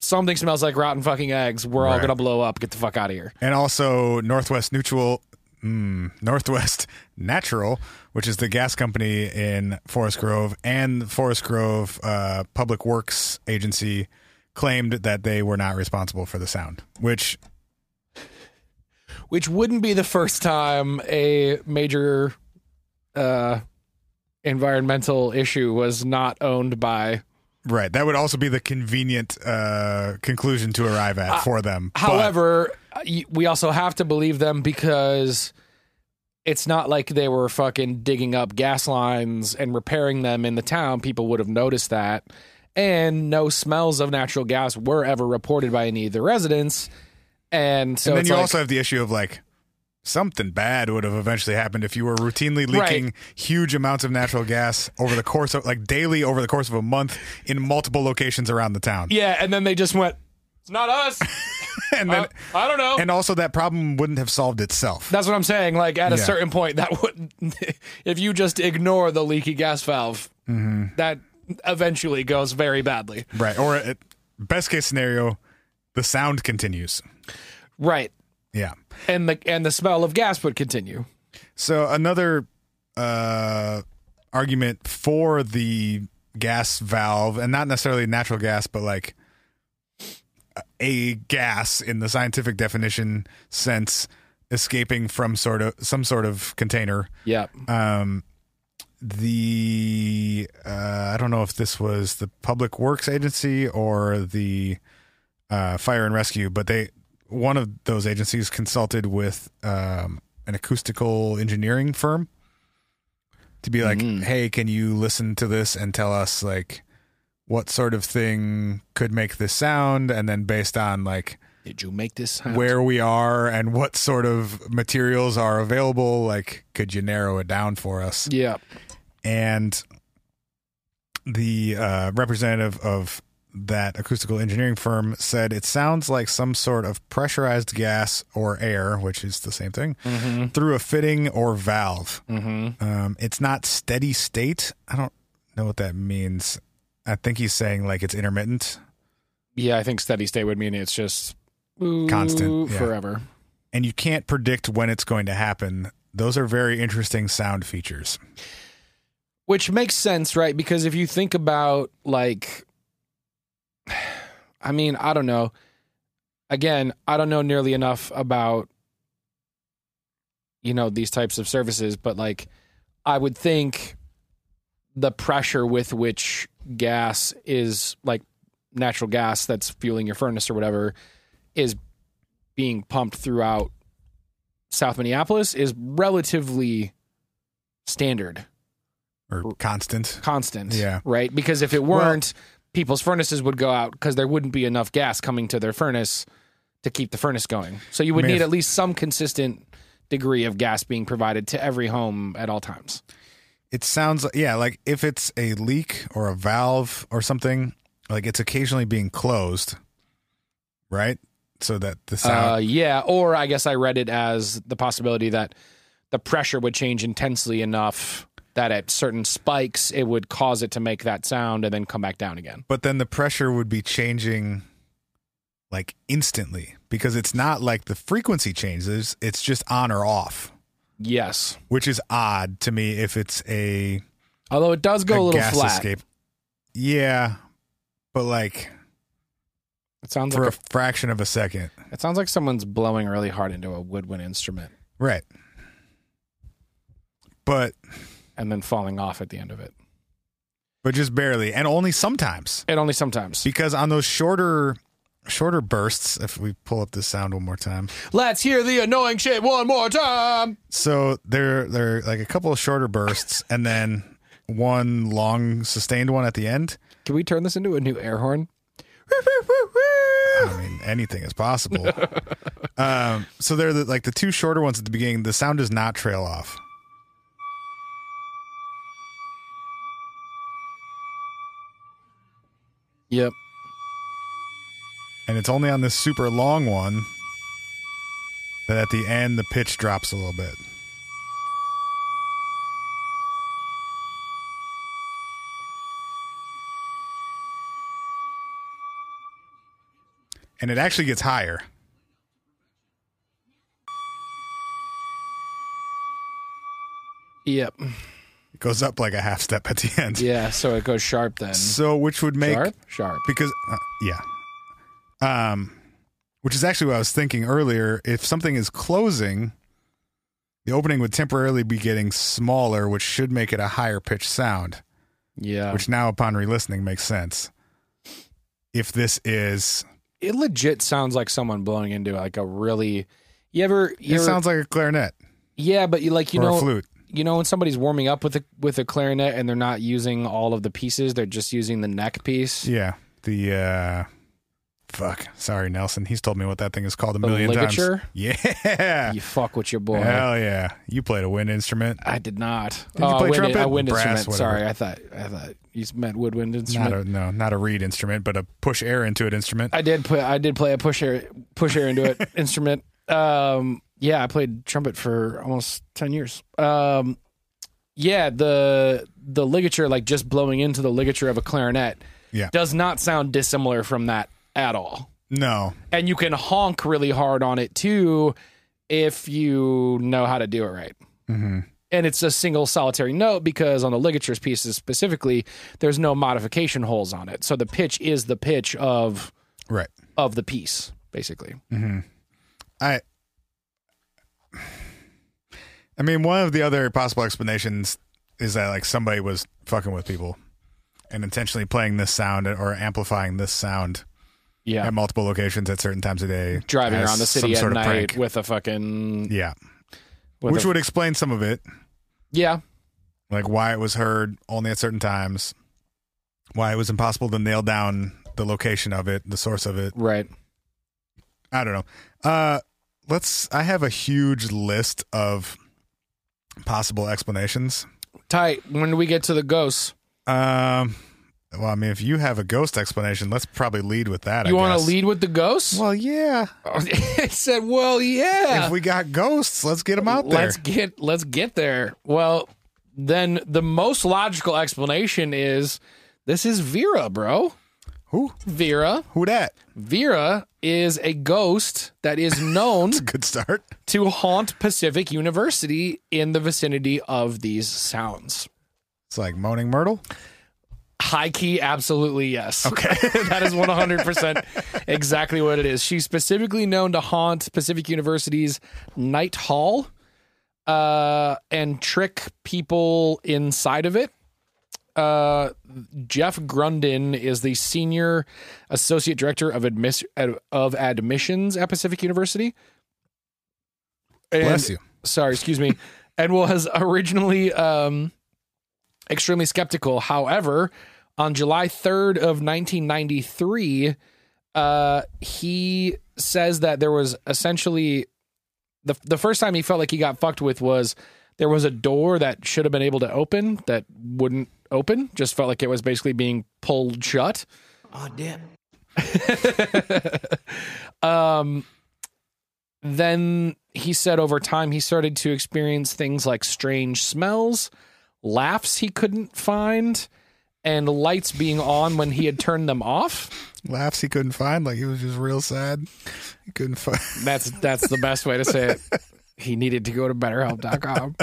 something smells like rotten fucking eggs. We're all Right. gonna blow up. Get the fuck out of here. and also Northwest Neutral, mm, Northwest Natural, which is the gas company in Forest Grove, and the Forest Grove uh, Public Works Agency claimed that they were not responsible for the sound. Which, Which wouldn't be the first time a major uh environmental issue was not owned by right, that would also be the convenient uh, conclusion to arrive at for them. But- However, y- we also have to believe them because it's not like they were fucking digging up gas lines and repairing them in the town. People would have noticed that. And no smells of natural gas were ever reported by any of the residents. And so and then it's you like- also have the issue of like something bad would have eventually happened if you were routinely leaking huge amounts of natural gas over the course of like daily over the course of a month in multiple locations around the town. yeah, and then they just went, it's not us. And then I, I don't know. and also that problem wouldn't have solved itself. That's what I'm saying. Like at a Yeah. certain point, that would, if you just ignore the leaky gas valve, Mm-hmm. that eventually goes very badly. right. Or at best case scenario, the sound continues. Right. Yeah. And the and the smell of gas would continue. So another uh, argument for the gas valve, and not necessarily natural gas, but like a gas in the scientific definition sense, escaping from sort of some sort of container. Yep. Um, the uh, I don't know if this was the Public Works Agency or the uh, Fire and Rescue, but they one of those agencies consulted with um, an acoustical engineering firm to be like, "Hey, can you listen to this and tell us like what sort of thing could make this sound?" And then based on like Did you make this sound? where we are and what sort of materials are available, like could you narrow it down for us? Yeah. and the uh, representative of that acoustical engineering firm said it sounds like some sort of pressurized gas or air, which is the same thing, through a fitting or valve. Mm-hmm. Um, it's not steady state. I don't know what that means. I think he's saying like it's intermittent. Yeah, I think steady state would mean it's just ooh, Constant, yeah. forever. and you can't predict when it's going to happen. Those are very interesting sound features. Which makes sense, right? Because if you think about like I mean, I don't know. Again, I don't know nearly enough about you know these types of services, but like I would think the pressure with which gas is like natural gas that's fueling your furnace or whatever is being pumped throughout South Minneapolis is relatively standard Or constant. constant. Yeah. Right? Because if it weren't, people's furnaces would go out because there wouldn't be enough gas coming to their furnace to keep the furnace going. So you would I mean, need if- at least some consistent degree of gas being provided to every home at all times. It sounds like yeah, like if it's a leak or a valve or something, like it's occasionally being closed, right? So that the sound Uh, yeah. Or I guess I read it as the possibility that the pressure would change intensely enough that at certain spikes it would cause it to make that sound and then come back down again. but then the pressure would be changing like instantly because it's not like the frequency changes, it's just on or off, Yes. which is odd to me if it's a Although it does go a, a little gas flat. escape. Yeah, but like It sounds for like a fraction of a second. It sounds like someone's blowing really hard into a woodwind instrument Right. But and then falling off at the end of it. but just barely and only sometimes And only sometimes. because on those shorter shorter bursts if we pull up this sound one more time. Let's hear the annoying shit one more time. So there there are like a couple of shorter bursts and then one long sustained one at the end. Can we turn this into a new air horn? I mean, anything is possible. um, so they're the, like the two shorter ones at the beginning. The sound does not trail off. Yep. and it's only on this super long one that at the end the pitch drops a little bit. And it actually gets higher. Yep. It goes up like a half step at the end. Yeah, so it goes sharp then. So which would make Sharp? Sharp. because uh, yeah um which is actually what i was thinking earlier if something is closing the opening would temporarily be getting smaller which should make it a higher pitched sound Yeah. which now upon re-listening makes sense if this is it legit sounds like someone blowing into like a really you ever you it ever, sounds like a clarinet yeah, but you like you or know a flute. you know when somebody's warming up with a with a clarinet and they're not using all of the pieces, they're just using the neck piece. Yeah. The uh fuck. Sorry, Nelson. He's told me what that thing is called a The million ligature? times. Yeah. You fuck with your boy. Hell yeah. You played a wind instrument. I did not. you Oh, play I wind, trumpet? I wind Brass, instrument. whatever. Sorry, I thought I thought you meant woodwind Not instrument. a no, not a reed instrument, but a push air into it instrument. I did put I did play a push air push air into it instrument. Um yeah, I played trumpet for almost ten years. Um yeah, the the ligature, like just blowing into the ligature of a clarinet Yeah. does not sound dissimilar from that at all. no. And you can honk really hard on it too if you know how to do it right. Mm-hmm. And it's a single solitary note because on the ligatures pieces specifically, there's no modification holes on it. So the pitch is the pitch of Right. of the piece, basically. I I mean, one of the other possible explanations is that like somebody was fucking with people and intentionally playing this sound or amplifying this sound Yeah. at multiple locations at certain times of day. Driving as around the some city at sort of night prank. with a fucking Yeah. with Which a- would explain some of it, yeah like why it was heard only at certain times, why it was impossible to nail down the location of it, the source of it. right I don't know. Uh let's I have a huge list of possible explanations. tight. When do we get to the ghosts? Um. Well, I mean, if you have a ghost explanation, let's probably lead with that. You want to lead with the ghosts? Well, yeah. it said, "Well, yeah, If we got ghosts, let's get them out there. let's get let's get there." Well, then the most logical explanation is this is Vera, bro. Who? Vera, Who that? Vera is a ghost that is known Good start. to haunt Pacific University in the vicinity of these sounds. It's like Moaning Myrtle. High key, absolutely yes. Okay. that is 100% exactly what it is. She's specifically known to haunt Pacific University's Night Hall uh, and trick people inside of it. Uh, Jeff Grundin is the senior associate director of, admis- ad- of admissions at Pacific University. And- Bless you. sorry, excuse me, and was originally um, extremely skeptical. However, on July 3rd of 1993, uh, he says that there was essentially the the first time he felt like he got fucked with was there was a door that should have been able to open that wouldn't open. Just felt like it was basically being pulled shut. Oh, damn. um then he said over time he started to experience things like strange smells laughs he couldn't find and lights being on when he had turned them off Laughs he couldn't find. Like he was just real sad. He couldn't find. that's that's the best way to say it he needed to go to betterhelp.com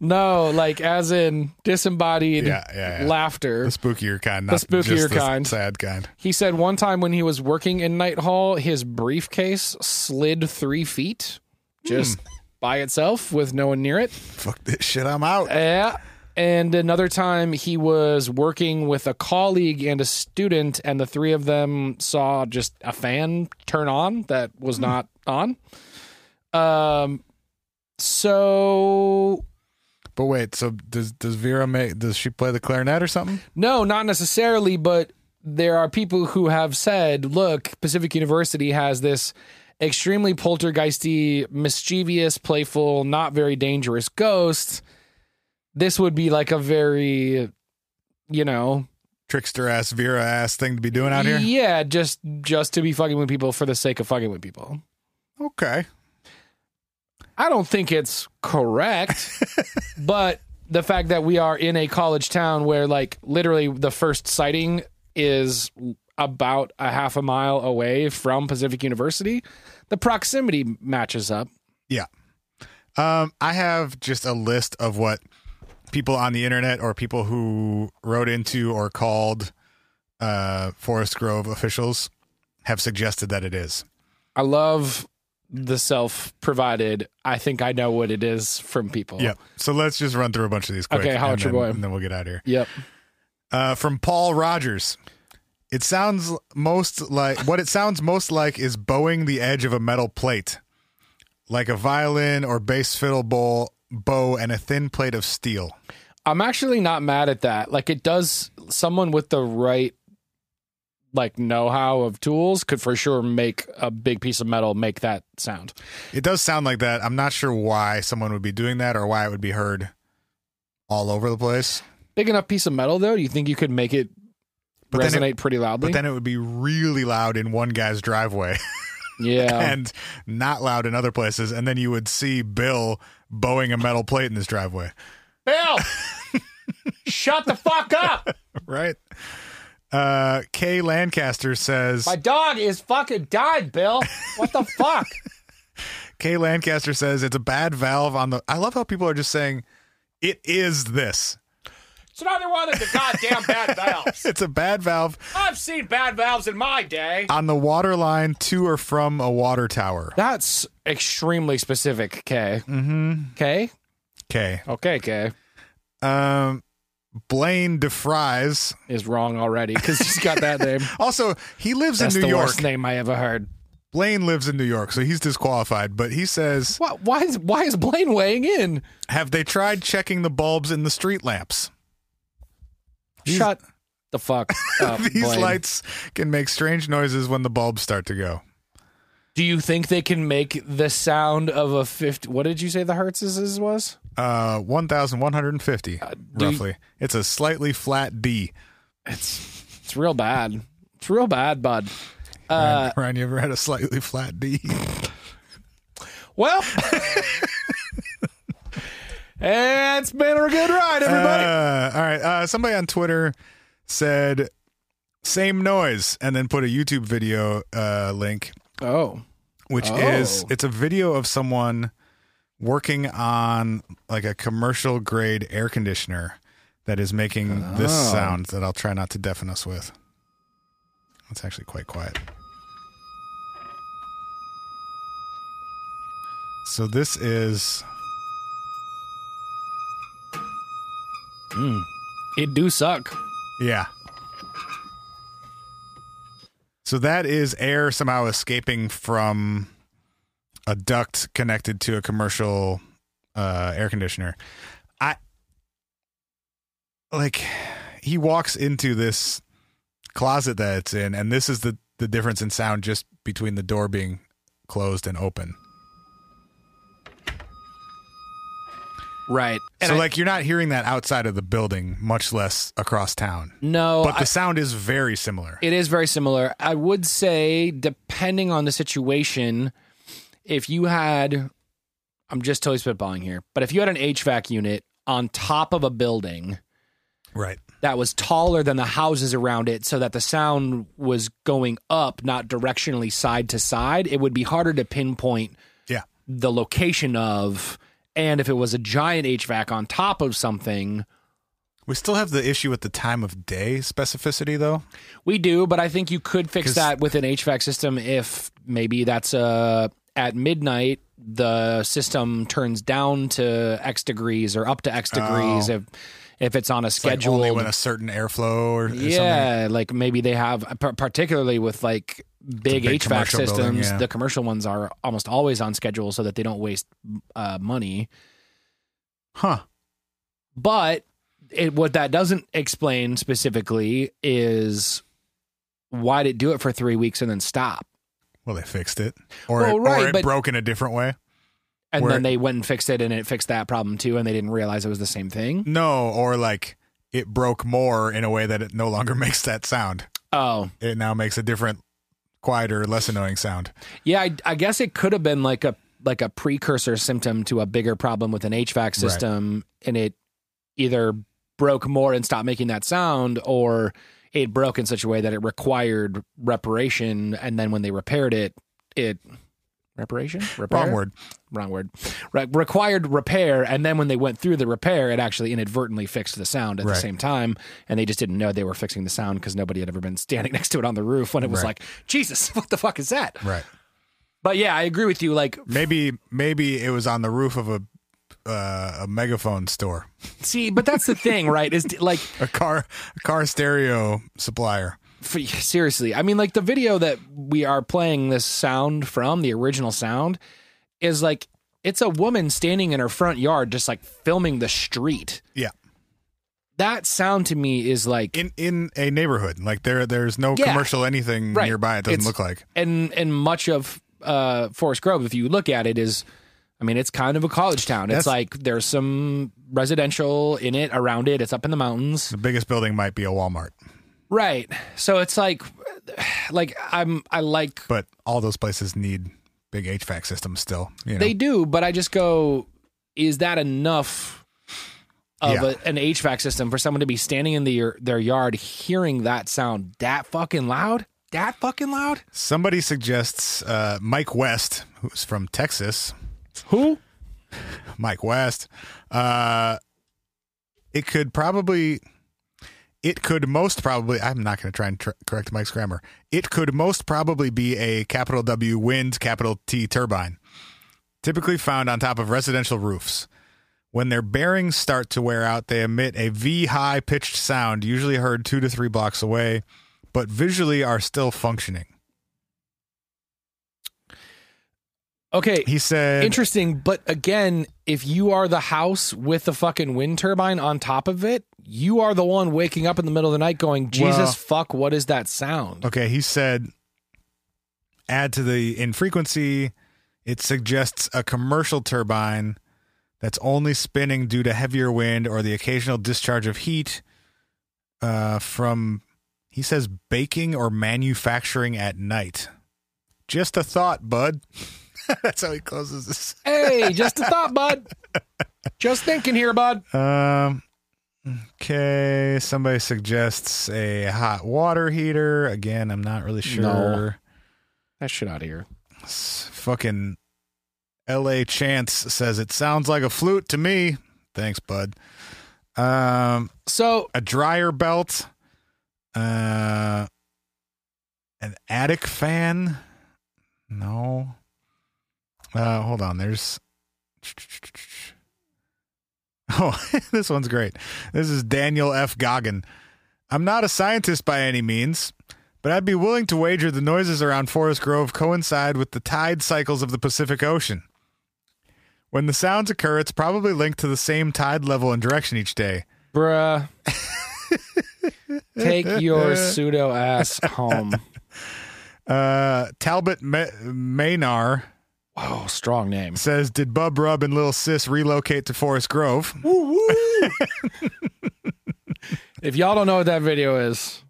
no like as in disembodied Yeah, yeah, yeah. laughter The spookier kind. Not spookier just the kind. Sad kind. He said one time when he was working in Night Hall, his briefcase slid three feet just by itself with no one near it. Fuck this shit. I'm out. Yeah. And another time he was working with a colleague and a student, and the three of them saw just a fan turn on that was not on. Um, so But wait. So does does Vera make? Does she play the clarinet or something? No, not necessarily, but there are people who have said, look, Pacific University has this extremely poltergeisty, mischievous, playful, not very dangerous ghost. This would be like a very, you know, Trickster ass Vera ass thing to be doing out here. yeah, just just to be fucking with people for the sake of fucking with people. Okay. I don't think it's correct, but the fact that we are in a college town where, like, literally the first sighting is about a half a mile away from Pacific University, the proximity matches up. Yeah. Um, I have just a list of what people on the internet or people who wrote into or called uh, Forest Grove officials have suggested that it is. I love the self provided. I think I know what it is from people. Yep. So let's just run through a bunch of these quick. Oh. Okay, holla and at your then- boy. And then we'll get out of here. Yep. Uh, from Paul Rogers. It sounds most like what it sounds most like is bowing the edge of a metal plate. like a violin or bass fiddle bowl, bow, and a thin plate of steel. I'm actually not mad at that. Like it does someone with the right like know-how of tools could for sure make a big piece of metal make that sound. It does sound like that. I'm not sure why someone would be doing that or why it would be heard all over the place. Big enough piece of metal though, do you think you could make it But then it- resonate pretty loudly? But then it would be really loud in one guy's driveway yeah. and not loud in other places. And then you would see Bill bowing a metal plate in his driveway, Bill Shut the fuck up. right? Uh, Kay Lancaster says, My dog is fucking died, Bill. What the fuck? Kay Lancaster says it's a bad valve on the. I love how people are just saying it is this. It's another one of the goddamn bad valves. It's a bad valve I've seen bad valves in my day. on the water line to or from a water tower. That's extremely specific, Kay. Mm-hmm. Kay? Okay. Okay, Kay Um, Blaine DeFries. is wrong already because he's got that name. Also, he lives That's in the New York. worst name I ever heard. Blaine lives in New York, so he's disqualified. But he says, What? Why is why is Blaine weighing in? "Have they tried checking the bulbs in the street lamps? Shut the fuck up, These Blaine. lights can make strange noises when the bulbs start to go." Do you think they can make the sound of a fifty? What did you say the hertz is, is was? Uh, one thousand one hundred and fifty, Uh, do you- roughly. It's a slightly flat D. It's real bad. It's real bad, bud. Uh, Ryan, Ryan, you ever had a slightly flat D? Well, it's been a good ride, everybody. Uh, all right. Uh, somebody on Twitter said same noise and then put a YouTube video uh, link, oh, which Oh. is it's a video of someone working on like a commercial grade air conditioner that is making this Oh. sound that I'll try not to deafen us with. It's actually quite quiet. So this is it do suck. Yeah. So that is air somehow escaping from a duct connected to a commercial uh, air conditioner. I like he walks into this closet that it's in, and this is the the difference in sound just between the door being closed and open. Right. so like you're not hearing that outside of the building, much less across town. no, but the sound is very similar. It is very similar. I would say, depending on the situation, if you had, I'm just totally spitballing here, but if you had an HVAC unit on top of a building right. that was taller than the houses around it, so that the sound was going up, not directionally side to side, it would be harder to pinpoint Yeah. the location of. And if it was a giant HVAC on top of something, We still have the issue with the time of day specificity, though. We do, but I think you could fix 'Cause- that with an HVAC system if maybe that's uh, at midnight the system turns down to X degrees or up to X degrees if if it's on a Oh. It's like schedule. only when a certain airflow or, or something. yeah, like maybe they have par- particularly with like big, big HVAC commercial systems, building, yeah. the commercial ones are almost always on schedule so that they don't waste uh, money. Huh. But it, what that doesn't explain specifically is why did it do it for three weeks and then stop? Well, they fixed it, or Well, it, right, or it but- broke in a different way. And Where- then they went and fixed it and it fixed that problem too. And they didn't realize it was the same thing. No, or like it broke more in a way that it no longer makes that sound. Oh, It now makes a different, quieter, less annoying sound. yeah. I, I guess it could have been like a like a precursor symptom to a bigger problem with an HVAC system. And it either broke more and stopped making that sound or it broke in such a way that it required reparation. And then when they repaired it, it. Reparation? Repair? Wrong word. wrong word Re- required repair and then when they went through the repair it actually inadvertently fixed the sound at Right. the same time and they just didn't know they were fixing the sound because nobody had ever been standing next to it on the roof when it was Right. like jesus what the fuck is that Right. but yeah i agree with you like Maybe maybe it was on the roof of a uh, a megaphone store, see but that's the thing right is like a car a car stereo supplier. f seriously i mean like the video that we are playing this sound from the original sound is like it's a woman standing in her front yard just like filming the street. Yeah. That sound to me is like in in a neighborhood. Like there there's no Yeah. commercial anything Right. nearby. It doesn't It's- look like. and and much of uh Forest Grove if you look at it is I mean it's kind of a college town. It's That's- like there's some residential in it around it. It's up in the mountains. The biggest building might be a Walmart, Right. So it's like like I'm I like but all those places need big HVAC systems still. You know? They do, but I just go, is that enough of Yeah. a, an HVAC system for someone to be standing in the, their yard hearing that sound that fucking loud? That fucking loud? Somebody suggests uh, Mike West, who's from Texas. Who? Mike West. Uh, it could probably, it could most probably. I'm not going to try and tr- correct Mike's grammar. It could most probably be a capital W wind, capital T turbine, typically found on top of residential roofs. When their bearings start to wear out, they emit a V high pitched sound, usually heard two to three blocks away, but visually are still functioning. Okay. He said, Interesting, but again, if you are the house with the fucking wind turbine on top of it, you are the one waking up in the middle of the night going, Jesus Well- fuck, what is that sound? Okay, he said add to the in frequency, it suggests a commercial turbine that's only spinning due to heavier wind or the occasional discharge of heat uh, from he says baking or manufacturing at night. Just a thought, bud. that's how he closes this. Hey, just a thought, bud. Just thinking here, bud. Um. Okay. Somebody suggests a hot water heater. Again, I'm not really sure. No. That shit out of here. S- fucking LA Chance says it sounds like a flute to me. Thanks, bud. Um, So a dryer belt, uh, an attic fan. No. Uh, hold on. There's. Oh, this one's great. This is Daniel F. Goggin. I'm not a scientist by any means, but I'd be willing to wager the noises around Forest Grove coincide with the tide cycles of the Pacific Ocean. When the sounds occur, it's probably linked to the same tide level and direction each day. Bruh. Take your pseudo ass home. Uh, Talbot Ma- Maynor Whoa, strong name. says, "Did Bub Rub and Little Sis relocate to Forest Grove?" If y'all don't know what that video is,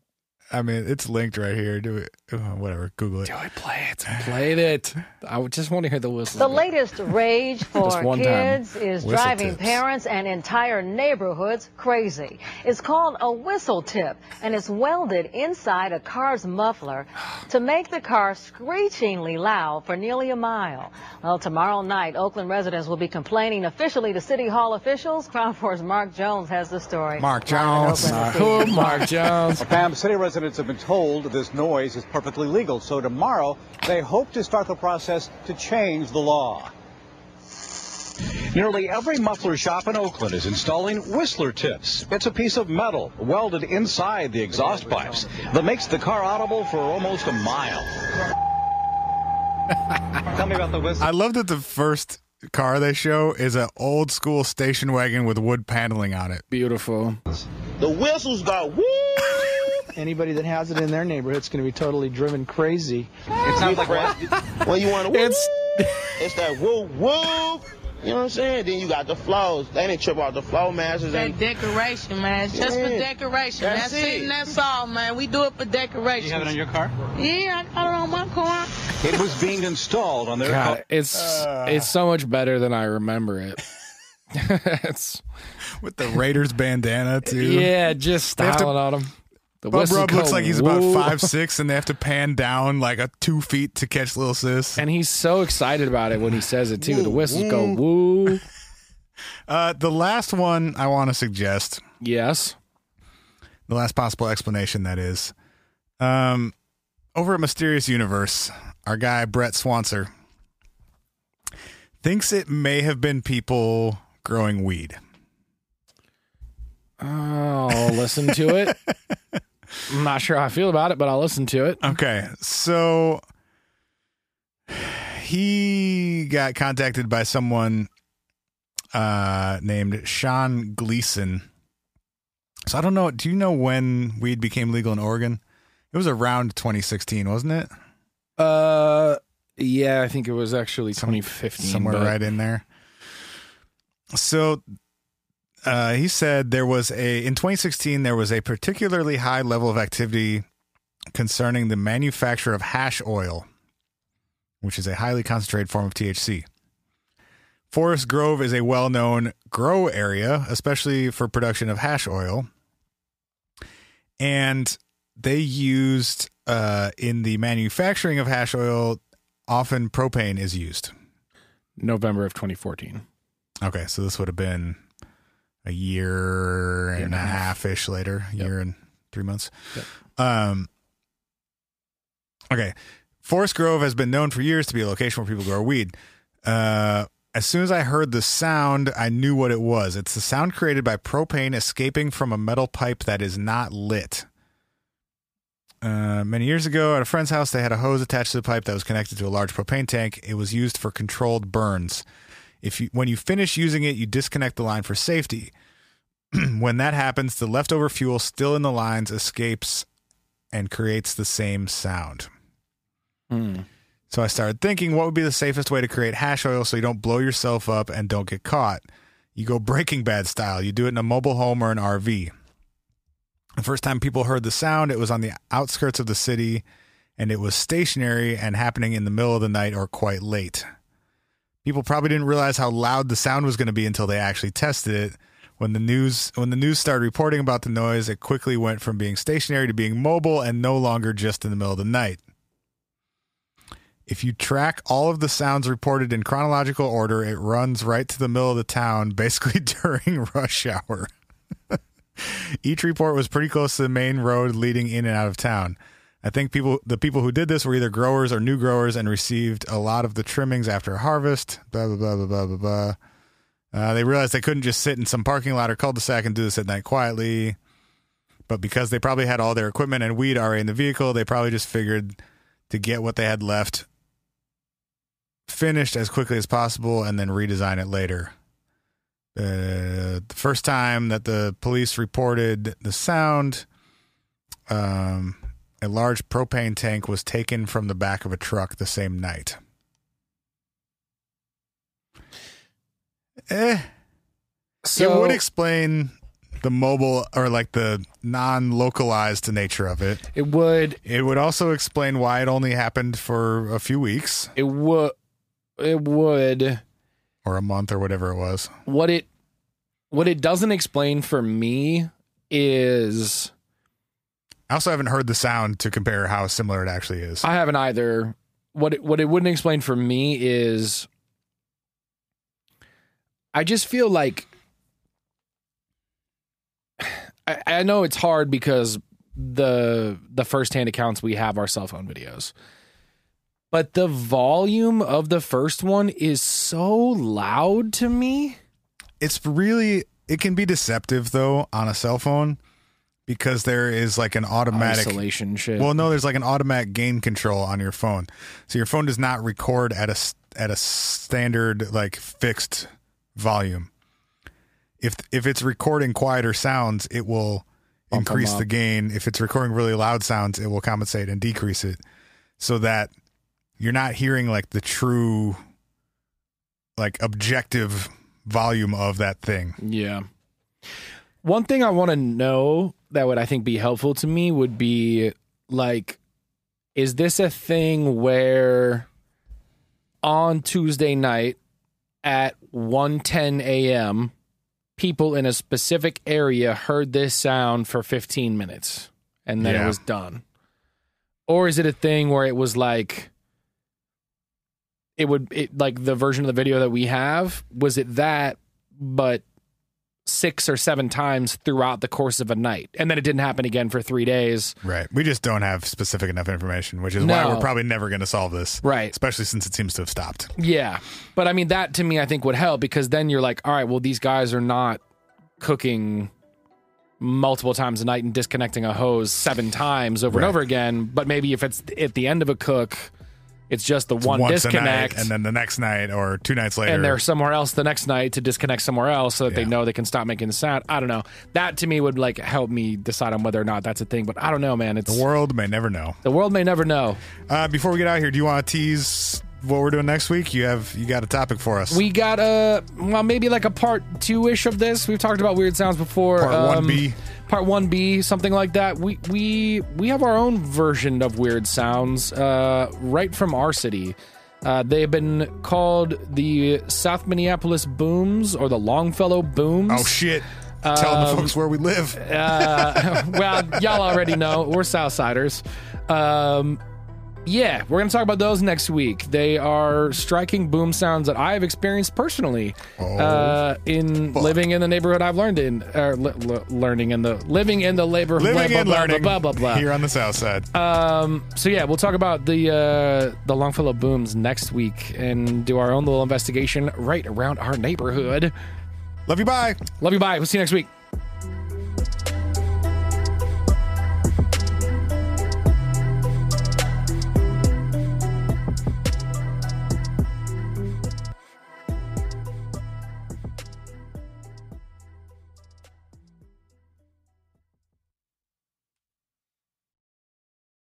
I mean, it's linked right here. Do it, oh, whatever. Google it. do it, play it. Played it. I would just want to hear the whistle. The latest rage Just for one time. kids is Whistle driving tips. parents and entire neighborhoods crazy. It's called a whistle tip, and it's welded inside a car's muffler to make the car screechingly loud for nearly a mile. Well, tomorrow night, Oakland residents will be complaining officially to City Hall officials. Crown Force Mark Jones has the story. Mark Live in Jones. Oakland this Who? Mark Jones. Pam, city residents have been told this noise is perfectly legal, so tomorrow they hope to start the process to change the law. Nearly every muffler shop in Oakland is installing whistler tips. It's a piece of metal welded inside the exhaust pipes that makes the car audible for almost a mile. Tell me about the whistle. I love that the first car they show is an old school station wagon with wood paneling on it. Beautiful. The whistles got woo. anybody that has it in their neighborhood is going to be totally driven crazy. It sounds like what? When you want to woo, It's it's that woo woo. You know what I'm saying? Then you got the flows. They didn't trip out the flow masters That and decoration, man. It's just Yeah. for decoration. That's That's, it. it. and that's all, man. We do it for decoration. You have it on your car? yeah, I got it on my car. It was being installed on their God, it's Uh. it's so much better than I remember it. it's With the Raiders bandana too. yeah, just have styling to- on him. The Bub whistle Rub looks go, like he's about "Whoa." five six, and they have to pan down like a two feet to catch Little Sis. and he's so excited about it when he says it too. the whistles go woo. Uh, the last one I want to suggest Yes. the last possible explanation that is um over at mysterious universe our guy brett swanser thinks it may have been people growing weed Oh, I'll listen to it. I'm not sure how I feel about it, but I'll listen to it. okay so he got contacted by someone uh, named Sean Gleason. So I don't know. Do you know when weed became legal in Oregon? It was around 2016, wasn't it? Uh, yeah, I think it was actually 2015. somewhere but- right in there. So uh, he said there was a in 2016 there was a particularly high level of activity concerning the manufacture of hash oil, which is a highly concentrated form of THC. Forest Grove is a well-known grow area, especially for production of hash oil, and they used uh, in the manufacturing of hash oil. Often propane is used. November of 2014. Okay, so this would have been a year and, a half ish later, a year and three months. Um, okay, Forest Grove has been known for years to be a location where people grow weed. Uh, as soon as I heard the sound, I knew what it was. It's the sound created by propane escaping from a metal pipe that is not lit. Uh, many years ago, at a friend's house, they had a hose attached to the pipe that was connected to a large propane tank. It was used for controlled burns. If you, when you finish using it, you disconnect the line for safety. when that happens, the leftover fuel still in the lines escapes and creates the same sound. So I started thinking, what would be the safest way to create hash oil so you don't blow yourself up and don't get caught? You go Breaking Bad style. You do it in a mobile home or an RV. The first time people heard the sound, it was on the outskirts of the city, and it was stationary and happening in the middle of the night or quite late. People probably didn't realize how loud the sound was going to be until they actually tested it. When the news when the news started reporting about the noise, it quickly went from being stationary to being mobile and no longer just in the middle of the night. If you track all of the sounds reported in chronological order, it runs right to the middle of the town, basically during rush hour. Each report was pretty close to the main road leading in and out of town. I think people the people who did this were either growers or new growers and received a lot of the trimmings after harvest. Blah blah blah blah blah blah blah. Uh, they realized they couldn't just sit in some parking lot or cul-de-sac and do this at night quietly. But because they probably had all their equipment and weed already in the vehicle, they probably just figured to get what they had left finished as quickly as possible and then redesign it later. Uh, the first time that the police reported the sound, um, a large propane tank was taken from the back of a truck the same night. Eh, it So would explain the mobile or like the non-localized nature of it. it would It would also explain why it only happened for a few weeks it would it would or a month or whatever it was. what it what it doesn't explain for me is I also haven't heard the sound to compare how similar it actually is. I haven't either. What it, what it wouldn't explain for me is I just feel like I, I know it's hard because the the firsthand accounts we have are cell phone videos. But the volume of the first one is so loud to me. It's really it can be deceptive though on a cell phone because there is like an automatic Isolation shit. Well, no, there's like an automatic gain control on your phone, so your phone does not record at a s- at a standard like fixed volume. If if it's recording quieter sounds, it will Bump 'em increase the up. gain. If it's recording really loud sounds, it will compensate and decrease it, so that you're not hearing like the true, like objective volume of that thing. Yeah. One thing I want to know that would I think be helpful to me would be like, is this a thing where on Tuesday night at 1:10 a.m. people in a specific area heard this sound for 15 minutes and then Yeah. it was done? Or is it a thing where it was like it would it like the version of the video that we have was it that but six or seven times throughout the course of a night and then it didn't happen again for three days Right. We just don't have specific enough information, which is why No. we're probably never going to solve this. right Especially since it seems to have stopped. yeah but i mean that to me i think would help because then you're like all right well these guys are not cooking multiple times a night and disconnecting a hose seven times over Right. and over again but maybe if it's at the end of a cook It's just the one once disconnect, a night, and then the next night or two nights later. and they're somewhere else the next night to disconnect somewhere else so that they know they can stop making the sound. I don't know. That to me would like help me decide on whether or not that's a thing. But I don't know, man. It's the world may never know. The world may never know. Uh, before we get out of here, do you want to tease what we're doing next week? You have you got a topic for us? We got a well, maybe like a part two ish of this. We've talked about weird sounds before. Part Um, 1B. part one B, something like that. We we we have our own version of weird sounds, uh, right from our city. Uh, they have been called the South Minneapolis Booms or the Longfellow Booms. oh shit! Tell the Um, folks where we live. uh, well, y'all already know we're Southsiders. Um, yeah, we're gonna talk about those next week. They are striking boom sounds that I have experienced personally Oh. uh, in living in the neighborhood I've learned in, or le- le- learning in the living in the neighborhood. Living blah, and blah, blah, learning Blah blah blah. here on the south side. Um, so yeah, we'll talk about the uh, the Longfellow booms next week and do our own little investigation right around our neighborhood. Love you. Bye. Love you. Bye. We'll see you next week.